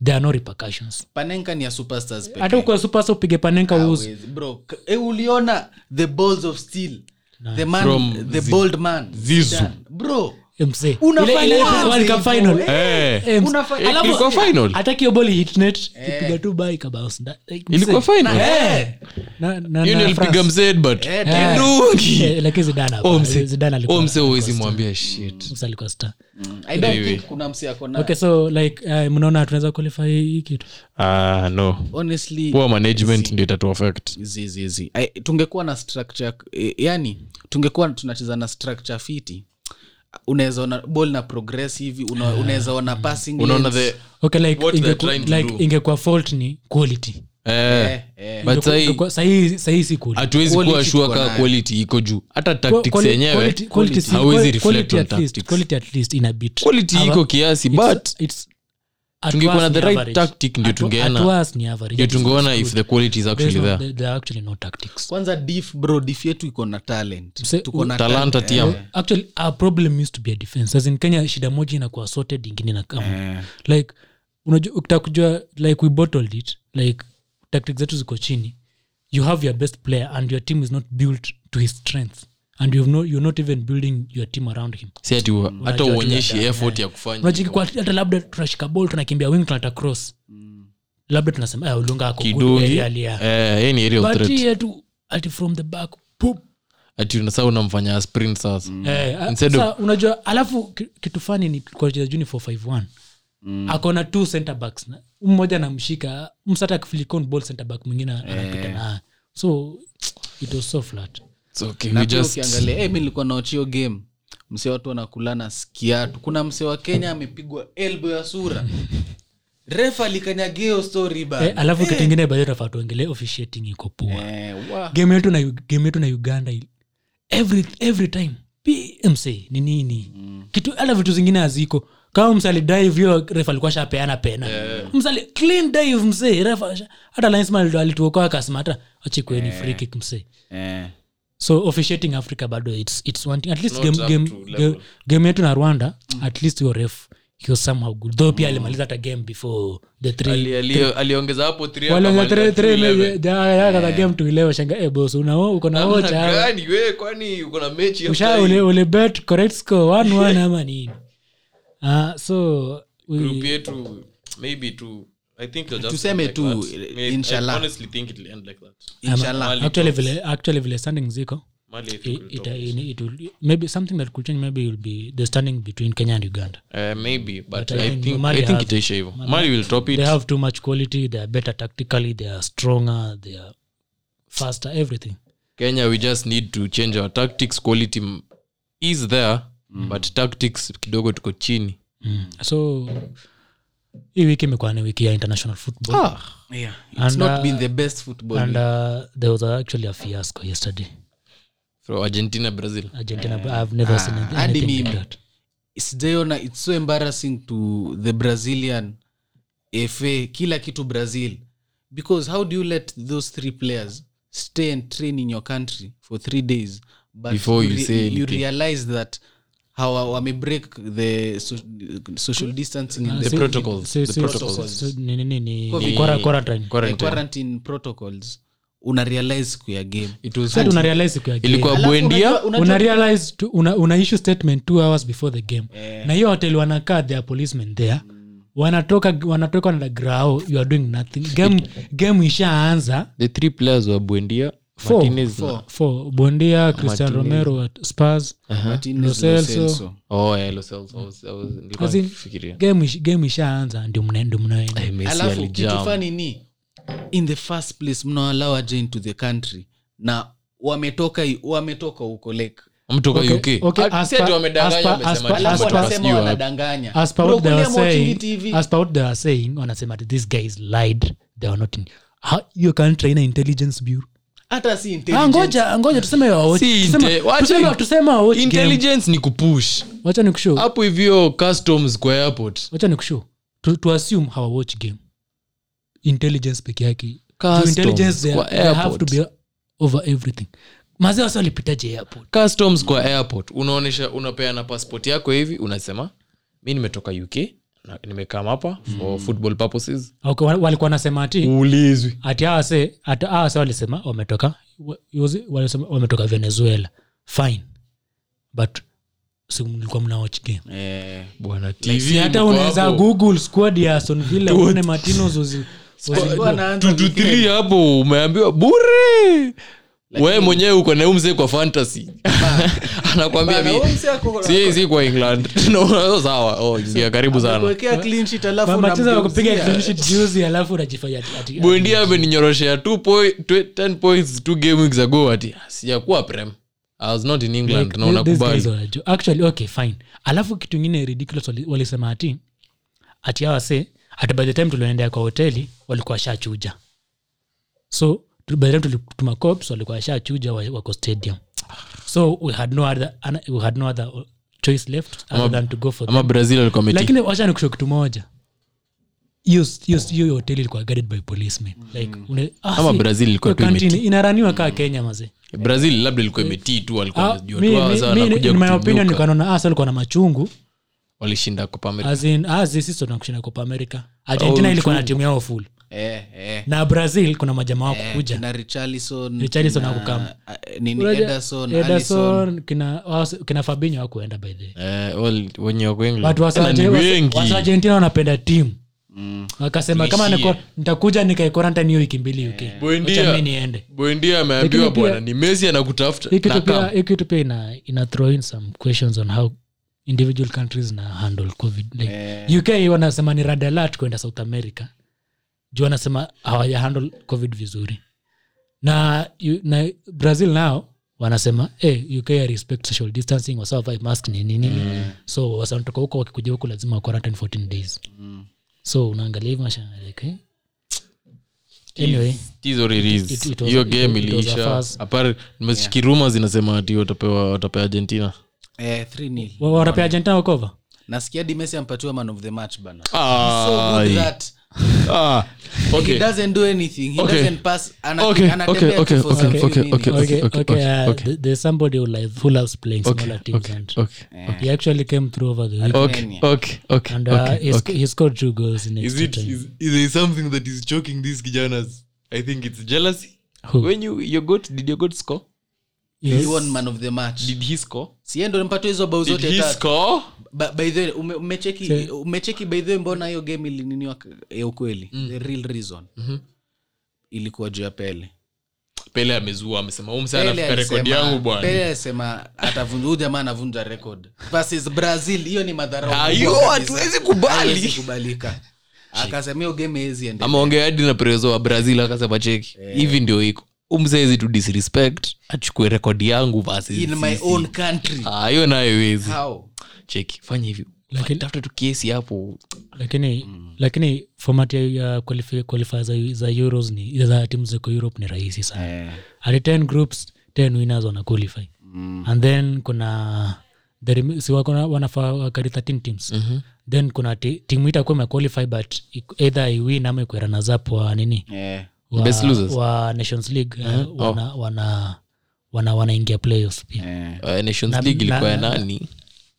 there are no repercussions panenka ni ya superstars pekee. Ah, hata uko supasa upige panenka uuze Hawezi, bro K- eh, uliona the balls of steel the man From the Zi- bold man Zizu. Zidane. bro mse Unafanya Eh, Ile- ile wazi World Cup hivyo, final eh. Eh, Eh, mse. Unafa- Alafu- Eh, ilikuwa final. hata hiyo ball hit net ipiga tu by kabaos Da- like, mse. na ilikuwa final eh, Na- na- hiyo na ndio alipiga France. mzee Edbert. Eh, Eh. Kindungi. Eh, lakini Zidane hapa. Oh, mse- Zidane alikuwa- oh, mse huwezi mwambia shit Mse alikuwa star I don't Anyway. think kuna msi ako okay na so like eh, mnaona tunaweza qualify hii kitu ah no honestly poor management ndio itatu affect zi, zi, zi. Ai, tungekuwa na structure eh, yani tungekuwa tunacheza na structure fiti unaweza ona ball na progress hivi una- unaweza ona passing unaona lanes. the okay like What they're ingeku- trying to like do. ingekuwa fault ni quality eh Eh, eh. but Ingekuwa- sahii ingekuwa- sahii sahii si quality hatuwezi kuwa Quality shua tuko kaa nayo. quality iko juu hata Qual- tactics quali- yenyewe quality- quality si- hawezi quali- reflect quality on at least- tactics quality at least ina beat. quality Ava- iko kiasi it's- but it's- at tungekuwa na worst the ni right average. tactic ndio At- tungeona. at worst ni average. ndio That is tungeona not if good. the quality is There's actually no- there there- there are actually no tactics. kwanza dif bro dif yetu iko na talent Mse- tuko na Talanta talent. tiam. Eh. Actually, our problem used to be a defense. As in kenya shida moja inakuwa sorted ingine inakam Eh. like unajua ukitaka kujua like we bottled it like tactics zetu ziko chini you have your best player and your team is not built to his strength and you've no, you're not even building your team around him si ati wa- hata tu uonyeshi dada, effort ya kufanya unajiki kwa hata labda tunashika ball tunakimbia wing tunata cross labda tunasema "Ah, ulunga ako good Mm. kidungi area, area." Eh, yeye ni aerial but threat yeye tu ati from the back poop ati unasa unamfanya sprint sasa Eh, a- Instead of- sa, unajua alafu ki- kitu fani ni kucheza juni 451 mm. akona two center backs na- mmoja anamshika msata akifilikon ball center back mwingine anapita na so it was so flat It's okay, na we pia just- ukiangalia eh, mi nilikuwa naochio game msee watu wanakulana skiatu kuna msee wa kenya amepigwa elbo ya sura refa alikanyageo story ba eh, alafu kitu ingine bayotafa tuongelee officiating iko poa eh, wa- game yetu na Ug- game yetu na uganda ili- every, every time pmc ni nini Mm. kitu ala vitu zingine haziko kama msali dive hiyo ref alikuwa shapeana pena msali clean dive msee ref asha- hata linesman ndo alituokoa akasema hata achikweni free kick msee eh. so officiating africa bado it's, it's one thing. at least Not game, up game, to level. Mm. game, game yetu na rwanda at least your ref he was somehow good though pia alimaliza hata game before the three Ali- ali- aliongeza hapo three waliongea akamaliza three- three 11. ile- ja- ya- ya- ya- game tuilewe shanga eh, boss una uko na Namna wocha hawa." gani, we, kwani uko na mechi ya usha mtaa hii? ule, ule bet correct score one one ama nini Ah, so we- Group yetu maybe tu I think it'll just Tuseme end like tu, that. May- I inshallah. honestly think it'll end like that. inshallah ama- actually vile actually vile standing ziko Mali if i- it will it, top. it, it will, maybe something that could change maybe will be the standing between kenya and uganda Eh, maybe but, But I I, think think, Mali I think have- itaisha hivyo mali will top it they have too much quality they are better tactically they are stronger they are faster everything kenya we just need to change our tactics quality m- is there but tactics kidogo tuko chini mm. so hii wiki imekuwa ni wiki ya international football yeah. Ah, it's And, not uh, been the best football and league. uh, there was actually a fiasco yesterday so argentina brazil argentina i've never seen anything, Ah. hadi anything mimi. like that sijaiona it's so embarrassing to the brazilian fa kila kitu brazil because how do you let those three players stay and train in your country for three days but Before you re- say you anything. realize that how wamebreak the so, social distancing and Ah, the si- protocols, si- the si- protocols. si- ni- ni- ni- ni- Covid. quara- quarantine. eh, Quarantine. quarantine protocols una realize siku ya game it was Hadi una realize siku ya game. ilikuwa Alafu buendia unajua- unajua- Una realize tu- una- una issue statement two hours before the game na hiyo hotel wanakaa their policemen there Mm. wanatoka wanatoka wanada grao you are doing nothing game, game ishaanza the three players wa buendia Four. Martinez na- Four. for bondia christian romero wa spars Martinez, Lo Celso. Lo Celso. oh yeah, Lo Celso. I was- I was- nilikuwa As in- nikifikiria. game ish- game ishaanza ndio mna- ndio mnaenda Eh, Messi alafu alijam. kitufani ni in the first place mnaalaw aje into the country na wametoka wametoka huko lake mtoka Okay, uk okay, Ah, as si ati per- wamedanganya, as per- wamesema as per- ati as alafu per- wametoka uh, wanasema sijui wapi. wanadanganya as per Bro, what they were kulia watching saying TV. as per what they were saying wanasema that these guys lied they were not in How- hiyo country ina intelligence bureau hata si Ah, intelligence. ngoja ngoja tuseme wa watch- Si tuseme- inte- wacha- tuseme wa- tuseme wa watch game. intelligence ni kupush wacha nikushow hapo hivyo customs kwa airport wacha nikushow tu, tu assume hawa watch game intelligence peke yake Juu Customs intelligence they, kwa they have to airport. be over everything mazee wasi walipitaje airport customs kwa airport unaonyesha unapeana passport yako hivi unasema mi nimetoka uk na- nimekam hapa Hmm. for football purposes okay, wa- walikuwa nasema ati uulizwi ati awase ati awase walisema wametoka wa- yuzi- walisema wametoka venezuela fine but si mlikuwa mna watch game Eh, bwana si tv hata mko unaweza hapo. google squad ya aston villa uone matinos uzi- uzi- walikuwa wanaanza Two to kufikiria- three hapo umeambiwa bure we mwenyewe uko na huyu mzee kwa fantasy anakwambia Bana, mi huyu mzee ako- si si kwa england No, sawa oh, ingia karibu sana kuwekea clean sheet alafu Eh, Mamatiza wa kupiga unamgeuzia. clean sheet juzi alafu unajifanya ati- ati- bondia ameninyoroshea 2 point- 10 points two game weeks ago ati "Ah, sijakuwa prem i was not in england na Like, these guys unakubali wanajua. Actually, okay, fine alafu kitu ingine ridiculous wali- walisema ati ati awase ati by the time tulioendea kwa hoteli walikuwa shachuja so tu- by the time tulituma cops walikuwa shachuja wa- wako stadium so we had no other, ana- we had no other choice left other Ama- than to go for ama them. brazil alikuwa ameti- lakini wacha nikusho kitu moja hiyo hiyo- hiyo hoteli ilikuwa guarded by policemen like une, ah, Mm. Ama si, Brazil ilikuwa hiyo tu imeti- canteen inaraniwa kaa kenya mazee brazil labda ilikuwa imetii tu walikuwa Ah, wanajua mi- tu, mi- ah, sawa, mi- nakuja in my kutubuka. opinion nikanaona asa alikuwa na machungu walishinda Copa America. as in as this is tuna kushinda copa america argentina Oh, ilikuwa na chungu. timu yao full Eh, eh, na brazil kuna majamaa wao eh, kukuja kina Richarlison, Richarlison kina- hakukam. ah, nini, Unajua, Ederson, Alisson. Ederson, kina was- kina fabinho hawakuenda by the way. Eh, well, wenye wako England. Ah. But wasa- Tena ni wasa- Yaani, wengi. wasa- argentina wanapenda timu Mm, wakasema kama Tuishie. Eh. niko- nitakuja nikae quarantine hiyo wiki mbili uk Buendia. Wacha mi niende bondia Lakini ameambiwa pia- bwana ni messi anakutafuta Hii kitu na pia- kama. hii kitu pia ina, ina throw in some questions on how individual countries na handle covid like, uk wanasema ni red alert kwenda south america juu wanasema hawaja handle covid vizuri na, yu- na brazil nao wanasema "Eh, hey, uk I respect social distancing wasavai mask ni nini mm. so wasanatoka huko wakikuja huku lazima wa quarantine 14 days Mm. so unaangalia hivi masha like, eh? anyway It is what it is. it- it was- hiyo it- game it was a iliisha farce. apart nimesikia rumors zinasema ati watapewa watapewa argentina Eh, 3-0. wa- wanapea argentina wakova nasikia di messi ampatiwa man of the match bana so Ah, good yeah. that Ah, he okay. doesn't do anything he Okay. doesn't pass ana, Okay, anatembea okay, tu okay, for some okay, few okay, minutes. okay. okay, okay, okay, uh, okay. th- there's somebody who, like, who loves playing Okay, smaller teams okay, and okay, he actually came through over the weekend okay, Kenya. okay, okay, and uh, okay, he, sc- okay. he scored two goals in Is extra it- time. is- is there something that is choking these kijanas? I think it's jealousy. Who? When you- your goat- did your goat score? he Yes. won man of the match Did he score? siye ndo mpatiwa hizo bao Did zote he tatu score? Ba- by the way ume- umecheki Say- umecheki by the way mbona hiyo game ilininiwa k- ya ukweli Mm. the real reason Mm-hmm. ilikuwa juu ya pele pele amezua amesema "Oh, "Huyu msee Pele anafika rekodi alisema- yangu bwana." Pele alisema atavunja huyu jamaa anavunja record versus brazil hiyo ni madhara Ah, makubwa hiyo kabisa. hatuwezi kubali. Haiwezi kubalika akasema hiyo game haiwezi endelea. ameongea hadi na prezo wa brazil akasema cheki Eh. hivi ndio iko umsezi tu disrespect achukue rekodi yangu basi in my own country Ah, hiyo nayo iwezi how cheki fanya hivi Lakini- tafuta tu kesi hapo lakini Hmm. lakini format ya- ya qualifi- qualifier za, za euros ni za timu ziko europe ni rahisi sana Eh, hadi 10 groups 10 winners wana qualify Hmm. and then kuna the rem- si wako na- wanafaa wakari 13 teams Mm-hmm. then kuna ti- timu itakuwa imequalify but ik- either iwin ama ikueranazap wa nini Eh. wa, Best losers. Uh-huh. Oh. wa nations league eh, wana, wana, wana, wanaingia playoffs pia Eh. uh, nations Na- league ilikuwa ya na- nani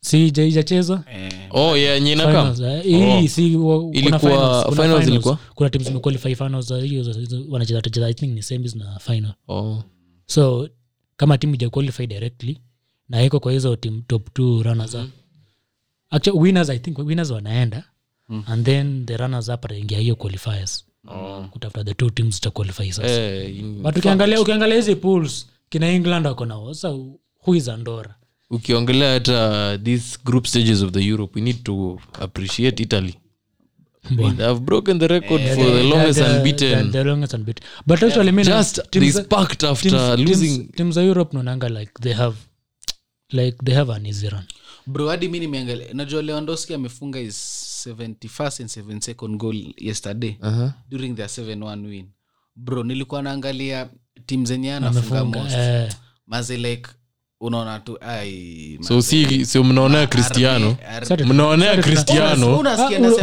si ija- ijachezwa Eh. oh yeah yenye inakam Finals, eh, hii, si wa- Oh. Ilikuwa- kuna finals, kuna finals ilikuwa? finals. Kuna timu zimequalify finals za hiyo za- za- wanacheza tacheza, I think ni semis na final oh. so kama timu ija qualify directly na iko kwa hizo tim top two runners up Mm-hmm. actually winners i think winners wanaenda Mm. and then the runners up ataingia hiyo qualifiers kutafuta the two teams zita qualify sasa Oh. eh, in- but ukiangalia ukiangalia hizi pools kina england wako nao sa who is andora ukiongelea hata these group stages of the europe we need to appreciate italy They have broken the record for They're- the they're- longest they're- unbeaten. they're the longest unbeaten. But actually, I mean, Just teams- they sparked after teams- losing. teams- teams za Europe naonanga like they have like they have an easy run. bro hadi mi nimeangalia najua lewandoski amefunga his 71st and 7 second goal yesterday Eh. Uh-huh. during their 7-1 win bro nilikuwa naangalia tim zenye yeye anafunga Amefunga, most eh, maze like unaona tu ai so si so mnaonea cristiano sorry. Ah, mnaonea cristiano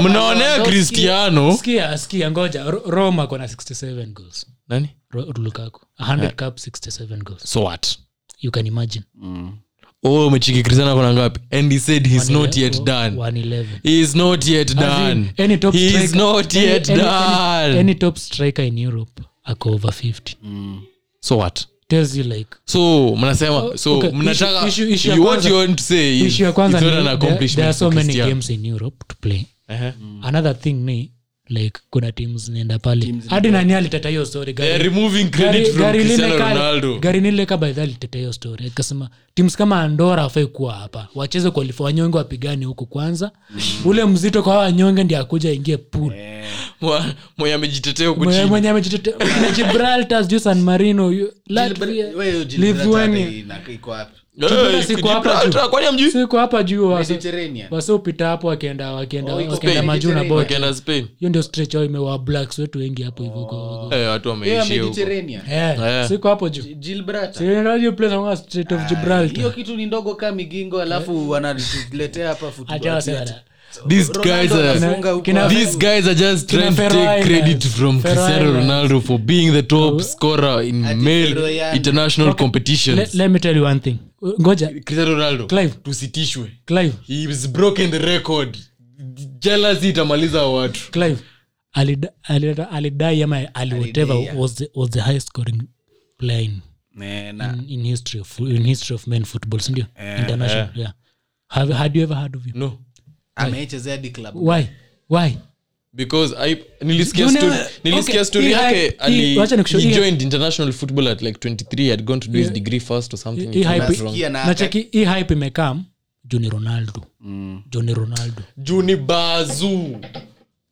mnaonea cristiano Sikia, sikia, ngoja Ro- roma kona 67 goals nani Ro- lukaku 100 cup 67 goals so what you can imagine Mm. oh umechiki cristiano kona ngapi and he said he's One not ele- yet o- done one eleven. he is not yet oh, As in, done any top he is striker- not any- yet any- any- done Mm. any top striker in europe ako over 50 so what tells you like so mnasema so Oh, okay, mnataka issue- issue- issue ya you- what kwanza- you want to say is issue ya it's kwanza not ni an there, accomplishment there are so for many Cristiano. Uh-huh. games Mm-hmm. in europe to play Ehe. another thing ni like kuna team zinaenda pale hadi nani aliteta hiyo story They are gari, removing credit gari, from gari Cristiano lile Ronaldo. ka- gari lile ka baidha aliteta hiyo story akasema teams kama andora afai kuwa hapa wacheze kualifa wanyonge wapigane huku kwanza ule mzito kwa hawa wanyonge ndi akuja aingie pool Mwa- mwenye amejitetea huku Mwenye- chini. mwenye amejitetea- na gibraltar sijui san marino yu- Latvia, Lithuania. Hey, siku hapa Gibraltar, kwani hamjui? siko hapa juu wase- Mediterranean. wasiopita hapo wakienda wakienda Oh, iko wakienda Spain. majuu na boti Wakienda Spain. hiyo ndio stretch yao imewa blacks wetu wengi hapo hivyo kwa- kwa- Eh, watu Yeah, wameishia huko. Mediterranean. Eh, Eh. siko hapo juu Gibraltar. Sinaje place among Strait of Ah, hiyo Gibraltar. kitu ni ndogo kaa migingo alafu wanatuletea hapa football. Eh. Acha wasema. These Ronaldo guys eh, are- anafunga huko Kina- alafu- These guys are just Kina trying to Ferrari take credit na- from Ferrari Cristiano na- Oh. Ronaldo for being the top scorer in Ati male Ferrari. international competitions. Le- let me tell you one thing. Ngoja, Cristiano Ronaldo, Clive. tusitishwe. Clive, He's broken the record. Jealousy itamaliza watu. Clive. Alida- alida- Alidai ama ali whatever Alidai, was the, was the highest scoring player in, Eh, na- in, in history of in history of men football, sindio? Eh, International, yeah. Have had you ever heard of him? No. amechezea hadi club. Why? Why? because I, nilisikia You story, never- nilisikia okay, story he had- yake ali, he- wacha he, nikushauri- joined international football at like 23 had gone to do his degree first or something Hii if I'm not hype wrong. Nasikia na nacheki hii hype imekam juni Ronaldo. Mm. Juni Ronaldo. juu ni bazu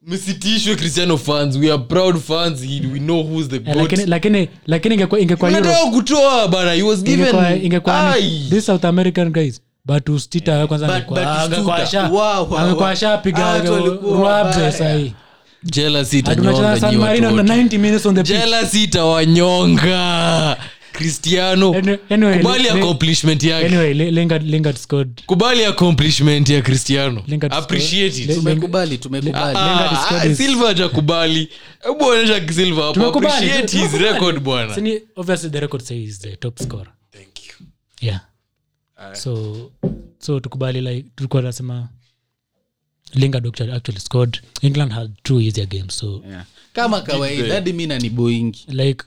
msitishwe cristiano fans we are proud fans he, we know who's the Eh, goat lakini lakini lakini ingekuwa ingekuwa Europe mnataka kutoa bana he was given ingekuwa ingekuwa ni- Ai! these south american guys batustita eh, kwanza Bat- angekuwa- Batistuta. angekuwa asha- Wow, wow, angekuwa wow. Ah, ashapiga watu walikuwa rwabe wabaya. sahii jealousy itanyonga tunacheza san nyi watu marino na wote. 90 minutes on the pitch jealousy itawanyonga cristiano Any- anyway, kubali le- le- accomplishment yake anyway Le- lingard lingard scored kubali accomplishment ya cristiano Lingard scored. appreciate it Le- tumekubali tumekubali Lingard Ah, scored ah, his- silva ajakubali hebu onyesha kisilva hapo Tumekubali, appreciate his tumekubali. record bwana Sini, obviously the record says he's the top scorer yeah so so tukubali like tulikuwa nasema lingard actually, actually scored england had two easier games so Yeah. kama kawaida hadi mi naniboingi like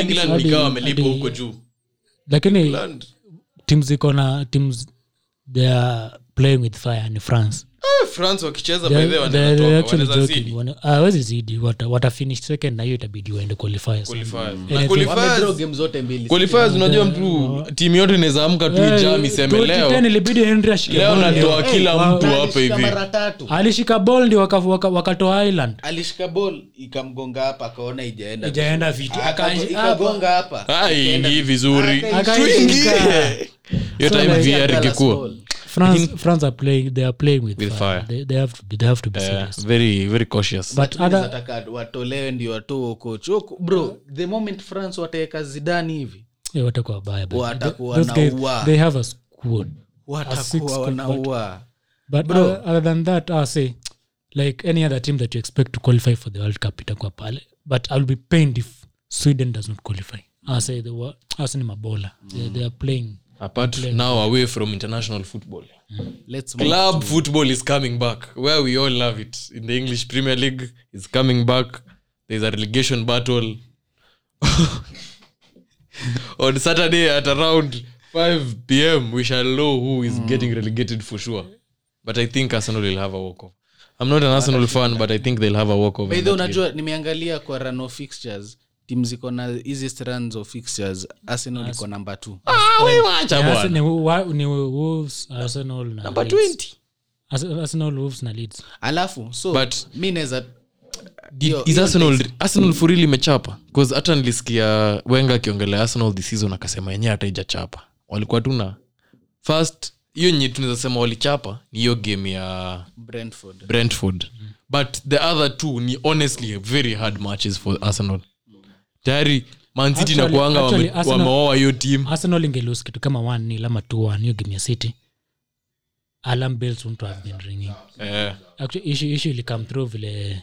england Adi- nikawa wamelipa Adi- huko juu lakini Land. teams ziko na teams they are playing with fire ni france Eh, france wakicheza by the way They- wanaweza they- toka, they actually wanaweza joking. zidi. Wana- hawawezi zidi wata- watafinish second na hiyo itabidi waende qualifiers Qualifiers. Na Yeah, qualifiers- wamedraw game zote mbili qualifiers unajua mtu timu yote inaweza amka tu Eh, jam iseme 2010 leo ilibidi Henry ashike leo ball. natoa kila mtu hapa Alishika hivi mara tatu alishika ball ndio waka- waka- wakatoa island alishika ball ikamgonga hapa akaona ijaenda ijaenda viti Aka- Akaanji- ikagonga hapa. hapa Ah, ingii vizuri Aka- tuingie hiyo So time like- VR ikikuwa Ball. france france are playing they are playing with, With fire, fire. They, they have to be, they have to be Eh, serious very very cautious but other Nataka watolewe ndio watoe coach Huku- bro the moment france wataweka zidani hivi yeah, watakuwa wabaya but Watakuwa those guys, wanaua. they have a squad six watakuwa squad, wanaua but other, other than that i say like any other team that you expect to qualify for the world cup itakuwa pale but i'll be pained if sweden does not qualify i say the wor- us ni mabola they, they are playing apart now away from international football Let's move. club football is coming back where we all love it in the english premier league is coming back there's a relegation battle on saturday at around 5 pm we shall know who is getting relegated for sure but i think arsenal will have a walkover i'm not an arsenal fan but i think they'll have a walkover By in the way, that unajua nimeangalia kwa rano fixtures tim ziko na hizi strands of fixtures arsenal iko namba t game. ah, we watch a Arsenal- bwana. ni, wa- ni wolves arsenal na Number Leeds. 20 As- arsenal wolves na leads alafu so But- mi naweza Did- Yo, is yo, arsenal arsenal for really imechapa bcause hata nilisikia wenga akiongelea arsenal this season akasema yenyewe hata ijachapa walikuwa tu na first hiyo nye tunaweza sema walichapa ni hiyo game ya brentford brentford but the other two ni honestly very hard matches for arsenal tayari mancity na Actually- kuanga actually Arsenal- wameoa hiyo team arsenal ingelose kitu kama 1 nil ama 2 1 hiyo game ya city alarm bells wouldn't have been ringing Eh. actually issue, issue ilicome through vile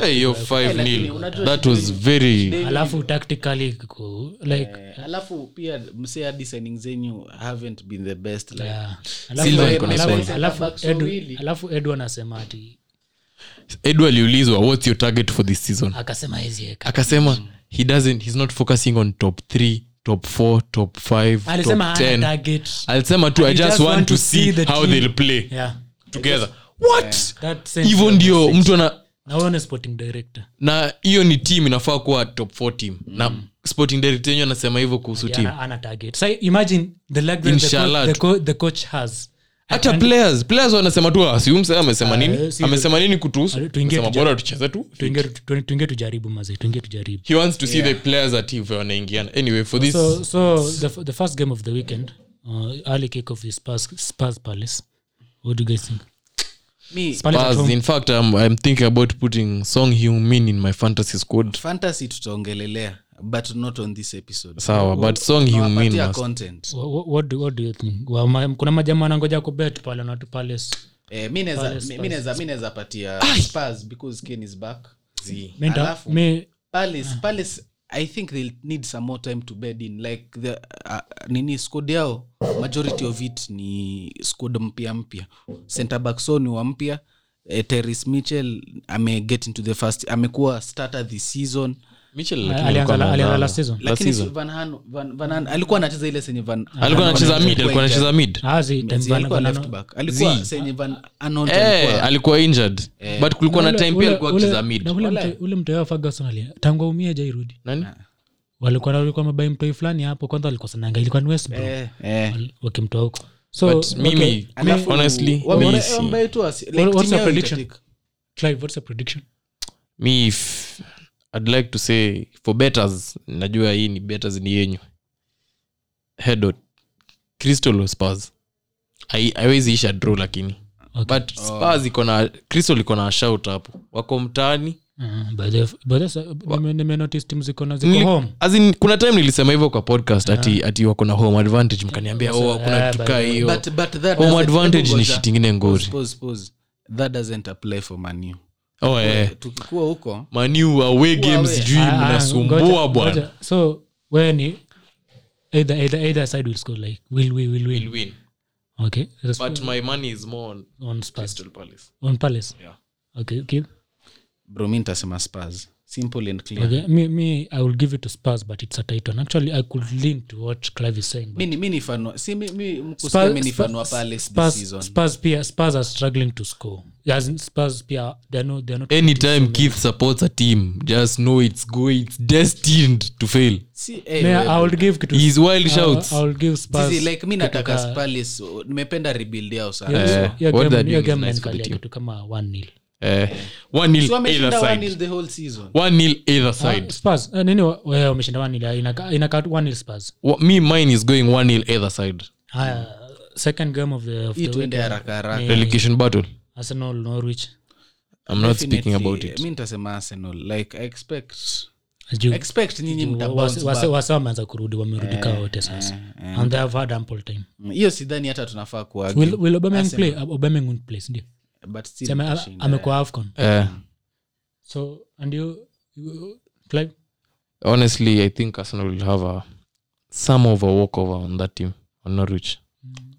Hey, hiyo lakini 5 unajua that shida was ni- very alafu tactically ku, like Eh, alafu pia msea designing zenyu haven't been the best like, yeah. Silva Alafu- iko na alafu- soul. alafu Backs Edu- wawili. alafu edu anasema ati edward aliulizwa what's your target for this season akasema hezieka akasema Mm. he doesn't he's not focusing on top 3 top 4 top 5 alisema top 10 hana target alisema tu i He just, want, to see, the how team." they'll play yeah together what that sense hivyo of ndio message. mtu ana na wewe ni sporting director na hiyo ni team inafaa kuwa top 4 team na sporting director yenyewe anasema hivyo kuhusu Mm. Yeah, team ana- ana target so imagine the luxury the, Inshallah coach, the, tu. co- the coach has hata And- players players wanasema tu "Ah, asiumse amesema nini Ah, eh, si- amesema nini kutuhusu Ah, tuingie Amesema tuja- bora tucheze tu tuingie tu- tuingie tujaribu mazee tuingie tujaribu he wants to see the players at if wanaingiana anyway for this so so the, f- the first game of the weekend uh, early kick off is Spurs, Spurs Palace what do you guys think mi Palace at Spurs, home. in fact I'm, i'm thinking about putting song heung-min in my fantasy squad fantasy tutaongelelea but not on this episode sawa but song heung-min Tunawapatia must- content Wha- wha- what do, what do you think Wa- ma- kuna majamaa nangoja kubet pale na tu Palace eh, mi naweza- Palace, mi- mi Spurs. naweza- mi naweza patia spurs because kane is back Mi nita- Alafu- mi- palace palace i think they'll need some more time to bed in like the uh, nini squad yao majority of it ni squad mpya mpya center back so ni wa mpya eh, teris mitchell ame get into the first amekuwa starter this season Mitchell, Ali- lakini alianza alikuwa la- alianza amelala. last season. Last lakini season. Van Han- Van- Van Han- alikuwa anacheza ile senye Van- alikuwa anacheza mid alikuwa Alikuwa anacheza mid Azi, injured. Tembana- Alikuwa left Banano- back. alikuwa Zee. senye Van Arnold Eh, alikuwa- alikuwa injured Eh. but kulikuwa na Ule- time ule- pia alikuwa ule- akicheza na mid ule mte- ule mtowao ferguson ali tangu aumia jairudi nani walikuwa walikuwa mabai mtoi fulani hapo kwanza walikosananga ilikuwa ni west eh, eh. wakimtoa huko so but mimi Alafu- honestly Wame- mi si- wambaye tu wasi- like What's timu your yao prediction? itatake. Clive, what's your prediction mi if i'd like to say for betters najua hii ni betters ni yenyu hedot crystal or spurs Hai- haiwezi isha draw lakini Okay. but Oh. spurs iko na crystal iko na shout hapo wako mtaani Ah, by the- by the- nime- nimenotice timu ziko na Nili- ziko home as in, kuna time nilisema hivyo kwa podcast ati, ati wako na home advantage mkaniambia oh, hakuna Yeah, kitu by the kaa way. hiyo But- but that home doesn't- advantage hebu ni ngoja. shit ingine ngori Pause, pause, pause. that doesn't apply for manu oh, eh. tukikuwa huko maniu away game away. sijui Ah, ah, mnasumbua ngoja- bwana ngoja. so wewe ni either, either, either side will score like will, will, will, will. okay Resp- but my money is more on on Spurs. Crystal Palace. on palace Yeah. okay okay bro mi nitasema spurs simple and clear Okay, me, me, I will give it to Spurs, but it's a tight one. Actually, I could lean to what Clive is saying. mi But ni- mi nifanua si mi- mi mkusikia mi nifanua palace this Spurs, season. Spurs, pia, Spurs are struggling to score. As in Spurs, pia, they're not, they're not. anytime keith supports a team just know it's go it's destined to fail Si- eh, May eh, I, I will give it to uh, his wild shouts I, I will give Spurs. Zizi, like mi nataka kutoka- palace oh, nimependa rebuild yao sana Yeah, Eh, so, yeah, what game- they're doing yeah, is game nice for the mentality team. ya kitu kama 1-0. eh, one nil So wameshinda either one side nil the whole season one nil either side Spurs, eh, nini wa- wa- wameshinda 1-0, ah, inaka- inakaa 1-0 Spurs. Wa- me mine is going one nil either side Haya, second game of the- of hii the tuende weekend, haraka haraka relegation battle Arsenal, Norwich. i'm not speaking Definitely, about it Mm. mi nitasema arsenal like I expect Sijui- expect nyinyi mta bounce back. wase wameanza kurudi wamerudi kaa wote sasa and they have had ample time Mm. hiyo sidhani hata tunafaa kuargue, will, will obameng play obameng won't play sindio but still Sema, a- tutashinda. amekuwa afcon eh, so and you, you Clive? honestly i think arsenal will have a some of a walkover on that team on norwich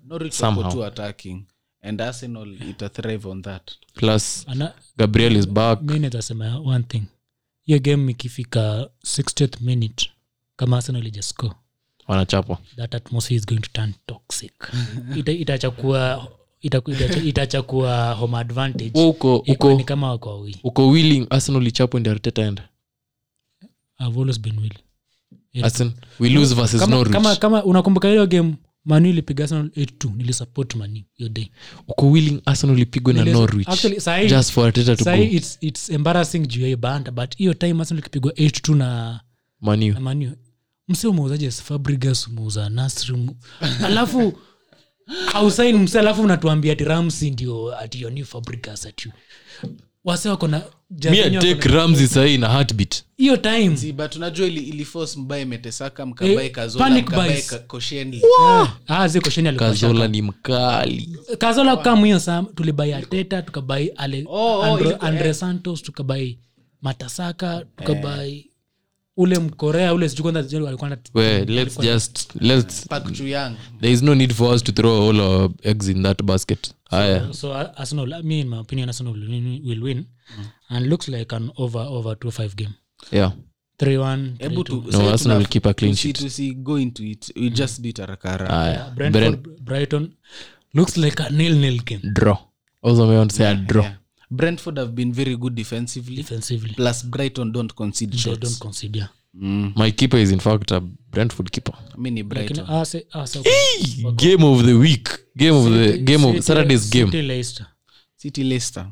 Norwich Somehow. wako tu attacking and arsenal ita thrive on that plus Ana- gabriel is back mi nitasema one thing hiyo game ikifika 60th minute kama arsenal ijascore wanachapwa that atmosphere is going to turn toxic Ita- itachakua itaku- itacha- itachakua home advantage uko ikuwe ni uko kama wako wawili uko willing arsenal ichapwe ndi arteta enda I've always been willing. Arsenal, we lose versus kama, norwich kama, kama unakumbuka hiyo game manu ilipiga arsenal 8-2 nilisupport manu hiyo day uko willing arsenal ipigwe na Nilizo- norwich actually, sahi- just for ateta to sahi go it's, it's embarrassing juu ya hiyo banda but hiyo time arsenal ikipigwa 8-2 na manu na manu mse umeuzaje fabrigas umeuza nasri ume- alafu hausain mse alafu unatuambia ati ramsi ndio ati your new fabrigas ati wase wako na mia Jorginho wako take na- ramsey sahii na heartbeat hiyo time See, but unajua ili- ilifos mbae metesaka mkabae Eh, kazola panic mkabae buys. ka- koscielny. Ah, ziko sheni alikuwa kazola ni mkali shaka. kazola kam hiyo saa tulibai ateta tukabai Ale- Oh, oh, Andre- ilikuwa- andre santos tukabai Eh. matasaka tukabai ule mkorea ule sijui kwanza sijui alikuwa na- well, let's just let's Park Chu-yang. there is no need for us to throw all our eggs in that basket haya so Ar- arsenal I mean, in my opinion arsenal will win, will win Mm-hmm. and looks like an over over 2-5 game yeah 3-1 Hebu tu- 3-2. sasa tuna- Arsenal will keep a clean tusi- sheet. tusi go into it. We just do it haraka haraka. haya brentford brighton looks like a nil nil game draw also may want to say a draw Yeah. brentford have been very good defensively defensively plus brighton don't concede they shots don't concede yeah. my keeper is in fact a brentford keeper mi ni Lakini brighton Arse- Arse- game of the week game of the City- game of City- saturday's game City Leicester. city leicester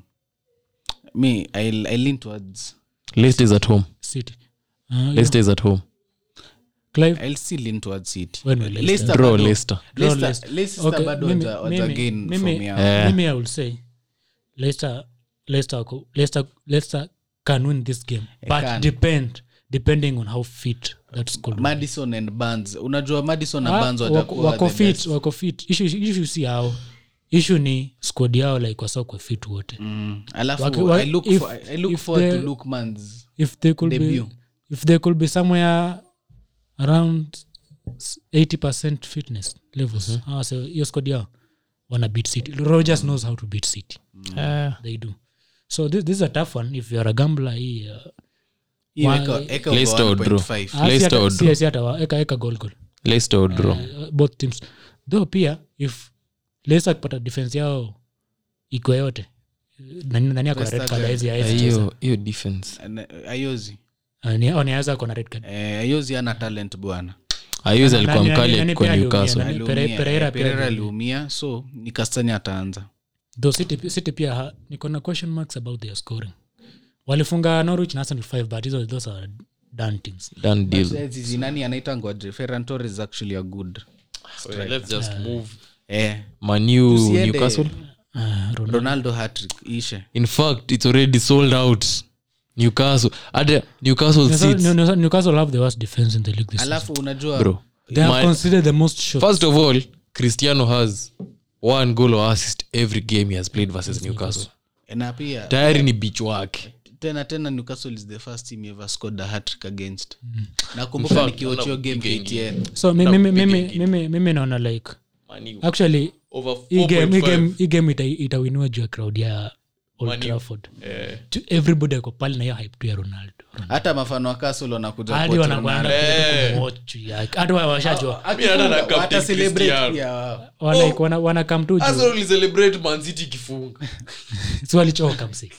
me i, I lean towards leicester is at home City. Ah, yeah. leicester is at home Clive, i'll still lean towards city When will Leicester- Leicester draw bado- leicester draw Leicester- Leicester. Leicester Okay, bado mimi- waja- mimi- waja gain mimi- from here. Eh. mimi i will say leicester leicester wako- leicester leicester can win this game but can. depend depending on how fit that squad will madison and Barnes. unajua madison na Ah, Barnes wako watakuwa wako the best. fit wako fit Issue- issue si yao ishu ni squad yao like wasakwe fit wote Mm. alafu Waki- wa- i look, if- for, I look if forward they- to lukmans if they could Debut. be if they could be somewhere around s- 80% fitness levels Mhm. ah, so hiyo squad yao wana beat city rogers knows how to beat city Eh, they do so this, this is a tough one if you're a gambler hii uh, Hiyo Wa- eka- eka Leicester kwa or draw. 1.5. ah, si Leicester hata- or si- draw? si hata wa- eka eka goal goal leicester or draw uh, both teams though pia if Leicester kupata defense yao iko yote nani nani ako na red Leicester card red. hizi Ah, Eh, hizi hiyo hiyo defense Na- uh, ayozi anaweza ako na red card eh, ayozi ana talent bwana ayuzi Nani- alikuwa nani- mkali nani kwa pia aliumia? newcastle Nani- Pere- Aliumia, Pereira eh, pia Pereira aliumia. aliumia so ni kastani ataanza though city, city pia ha- niko na question marks about their scoring walifunga norwich na arsenal 5 but those, those are done teams done deal Says, nani anaitangwa Ferran Torres actually a good let's just move eh, manu Tusiende. newcastle uh, Ronaldo. ronaldo hatrick ishe in fact it's already sold out newcastle ada newcastle seats Newcastle- Newcastle- Newcastle have the worst defense in the league this season. alafu unajua bro They have my- conceded the most shots. first of all cristiano has one goal or assist every game he has played versus newcastle na pia tayari ni beach wake tena tena newcastle is the first team ever scored a hatrick against nakumbuka fact, nikiwachio game ktn so mi- mimi- mimi- mimi- mimi naona like actually hii game- hii game- hii game ita- itawinua juu ya crowd ya old trafford Tu- everybody ako pale na hiyo hype tu ya ronaldo hata mafano wa castle wanakuja hadi kuwatch wanakwenda Ronaldo. Ah, kuja kumwatch juu yake. Hata wa- washajua Hata- Mimi hata na hata captain celebrate Cristiano. pia wao. Wana- wana- wana come tu juu. mancity ikifunga Si walichoka msi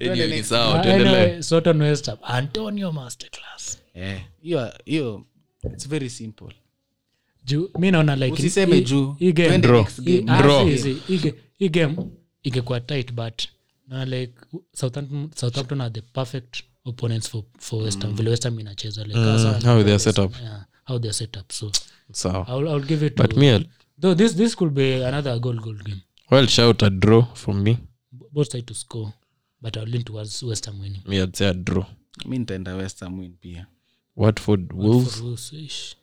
Anyway, ni Ah, sawa tuendelee anyway, Soton West Ham. Antonio masterclass Eh, hiyo hiyo it's very simple juu mi naona like Usiseme hii- juu. hii game- Twende Draw. next game. hii- ah, Draw. si- si, hii ge- hii game ingekuwa tight but naona like southampton, southampton are the perfect opponents for, for west ham vile west ham inacheza like Arsenal- Mm. how they are set up. Yeah, how they are set up so sawa I'll, I'll give it to, but me though this, this could be another goal goal game well shout a draw from me both side to score but I'll lean towards west ham winning me i'd say a draw mi nitaenda westham win pia watford wolves For Wolves, ish.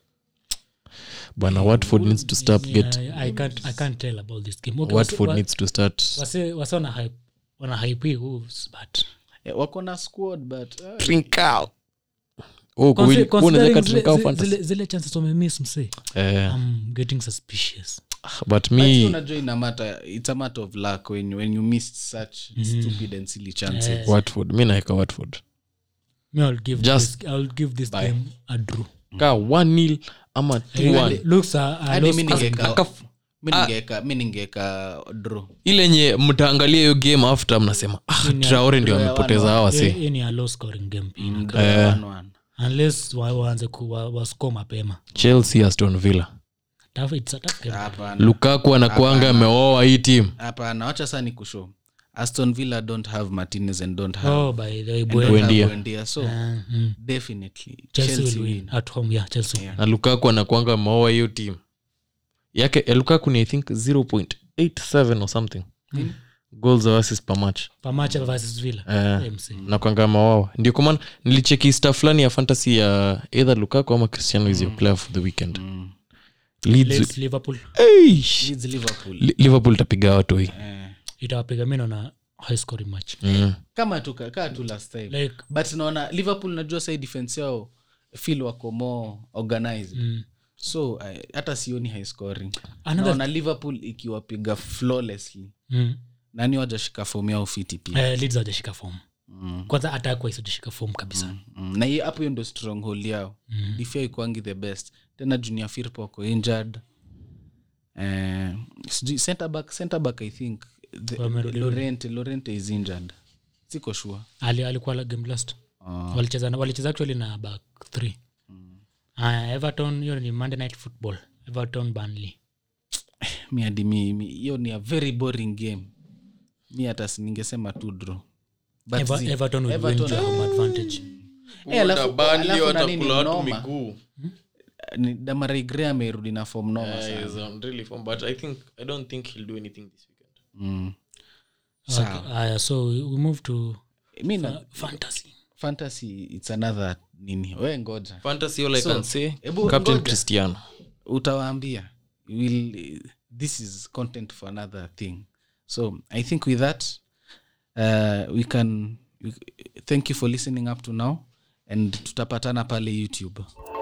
bana watford needs to stop get Yeah, I, can't, I can't tell about this game okay, watford wa- needs to start wase wase wana hype wana hype hii Wolves, but eh, wako na squad but Mm. ah, trinkao oh kwa Consi- kweli wewe unaweza considering cut trinkao zile- fantasy zile- zile chances wamemiss mse Ah. eh I'm getting suspicious but Actually, me unajua ina matter- it's a matter of luck when, you- when you miss such stupid and silly chances watford mi naeka watford Me, I'll give Just- this, I'll give this game a draw ka 1 ama 2 looks a, a hadi loss mi ningeka Akafu- mi Ah. ningeeka- mi ningeeka draw ile nye mtaangalia hiyo game after mnasema ah, traore ndio amepoteza hawa si hii ni a low scoring game pia Draw one, one. unless wa- waanze ku- wa- wascore mapema chelsea aston villa tough, it's a tough game. hapana lukaku anakuanga ameoa hii timu hapana wacha saa ni kushow aston villa don't have martinez and don't have Oh, by the way, don't Buen- have Buendia. Buendia. so Mhm. definitely Chelsea Chelsea will win. win at home, yeah, Chelsea. Yeah. na lukaku anakuanga ameoa hiyo timu yake ya lukaku ni i think 0.87 or something Hmm. goals or assists per match Per match versus Villa, Ah. Eh. MC. nakwanga mawawa ndio kwa maana nilicheki sta fulani ya fantasy ya either lukaku ama cristiano is your player for the weekend Leeds- Hmm. Leeds, Liverpool. Eish! Leeds, Liverpool. Li- liverpool tapiga watu hii Eh. itawapiga mi naona high scoring match Mm. kama tu kaa tu last time like but naona liverpool najua sai defense yao fil wako more organized mm, so I- hata sioni high scoring another naona liverpool ikiwapiga flawlessly mm, nani wajashika fomu yao fiti pia eh, Leeds hawajashika form mm. kwanza atakwa isijashika form kabisa Mm. na hiyo- hapo hiyo ndo stronghold yao mm. ifya ikwangi the best tena junior firpo ako injured eh, sijui center back center back i think the, Wamerudi. lorente lorente is injured siko sure Ali, alikuwa la game last oh. walicheza na- walicheza actually na back three Mm. Aya, everton hiyo ni monday night football everton banley mi hadi mi mi- hiyo ni a very boring game mi hata si- ningesema tu draw But Ever, zi- everton will win Everton- to home advantage Eh, alafu- alafu na nini noma, ni Damarai Gray amerudi na form noma sana mm. Sawa. Okay, aya, so we move to uh, mi na fantasy fantasy it's another nini we ngoja Fantasy all I can say, ebu Captain ngoja. Cristiano. utawaambia will this is content for another thing so i think with that uh, we can we, thank you for listening up to now and tutapatana pale youtube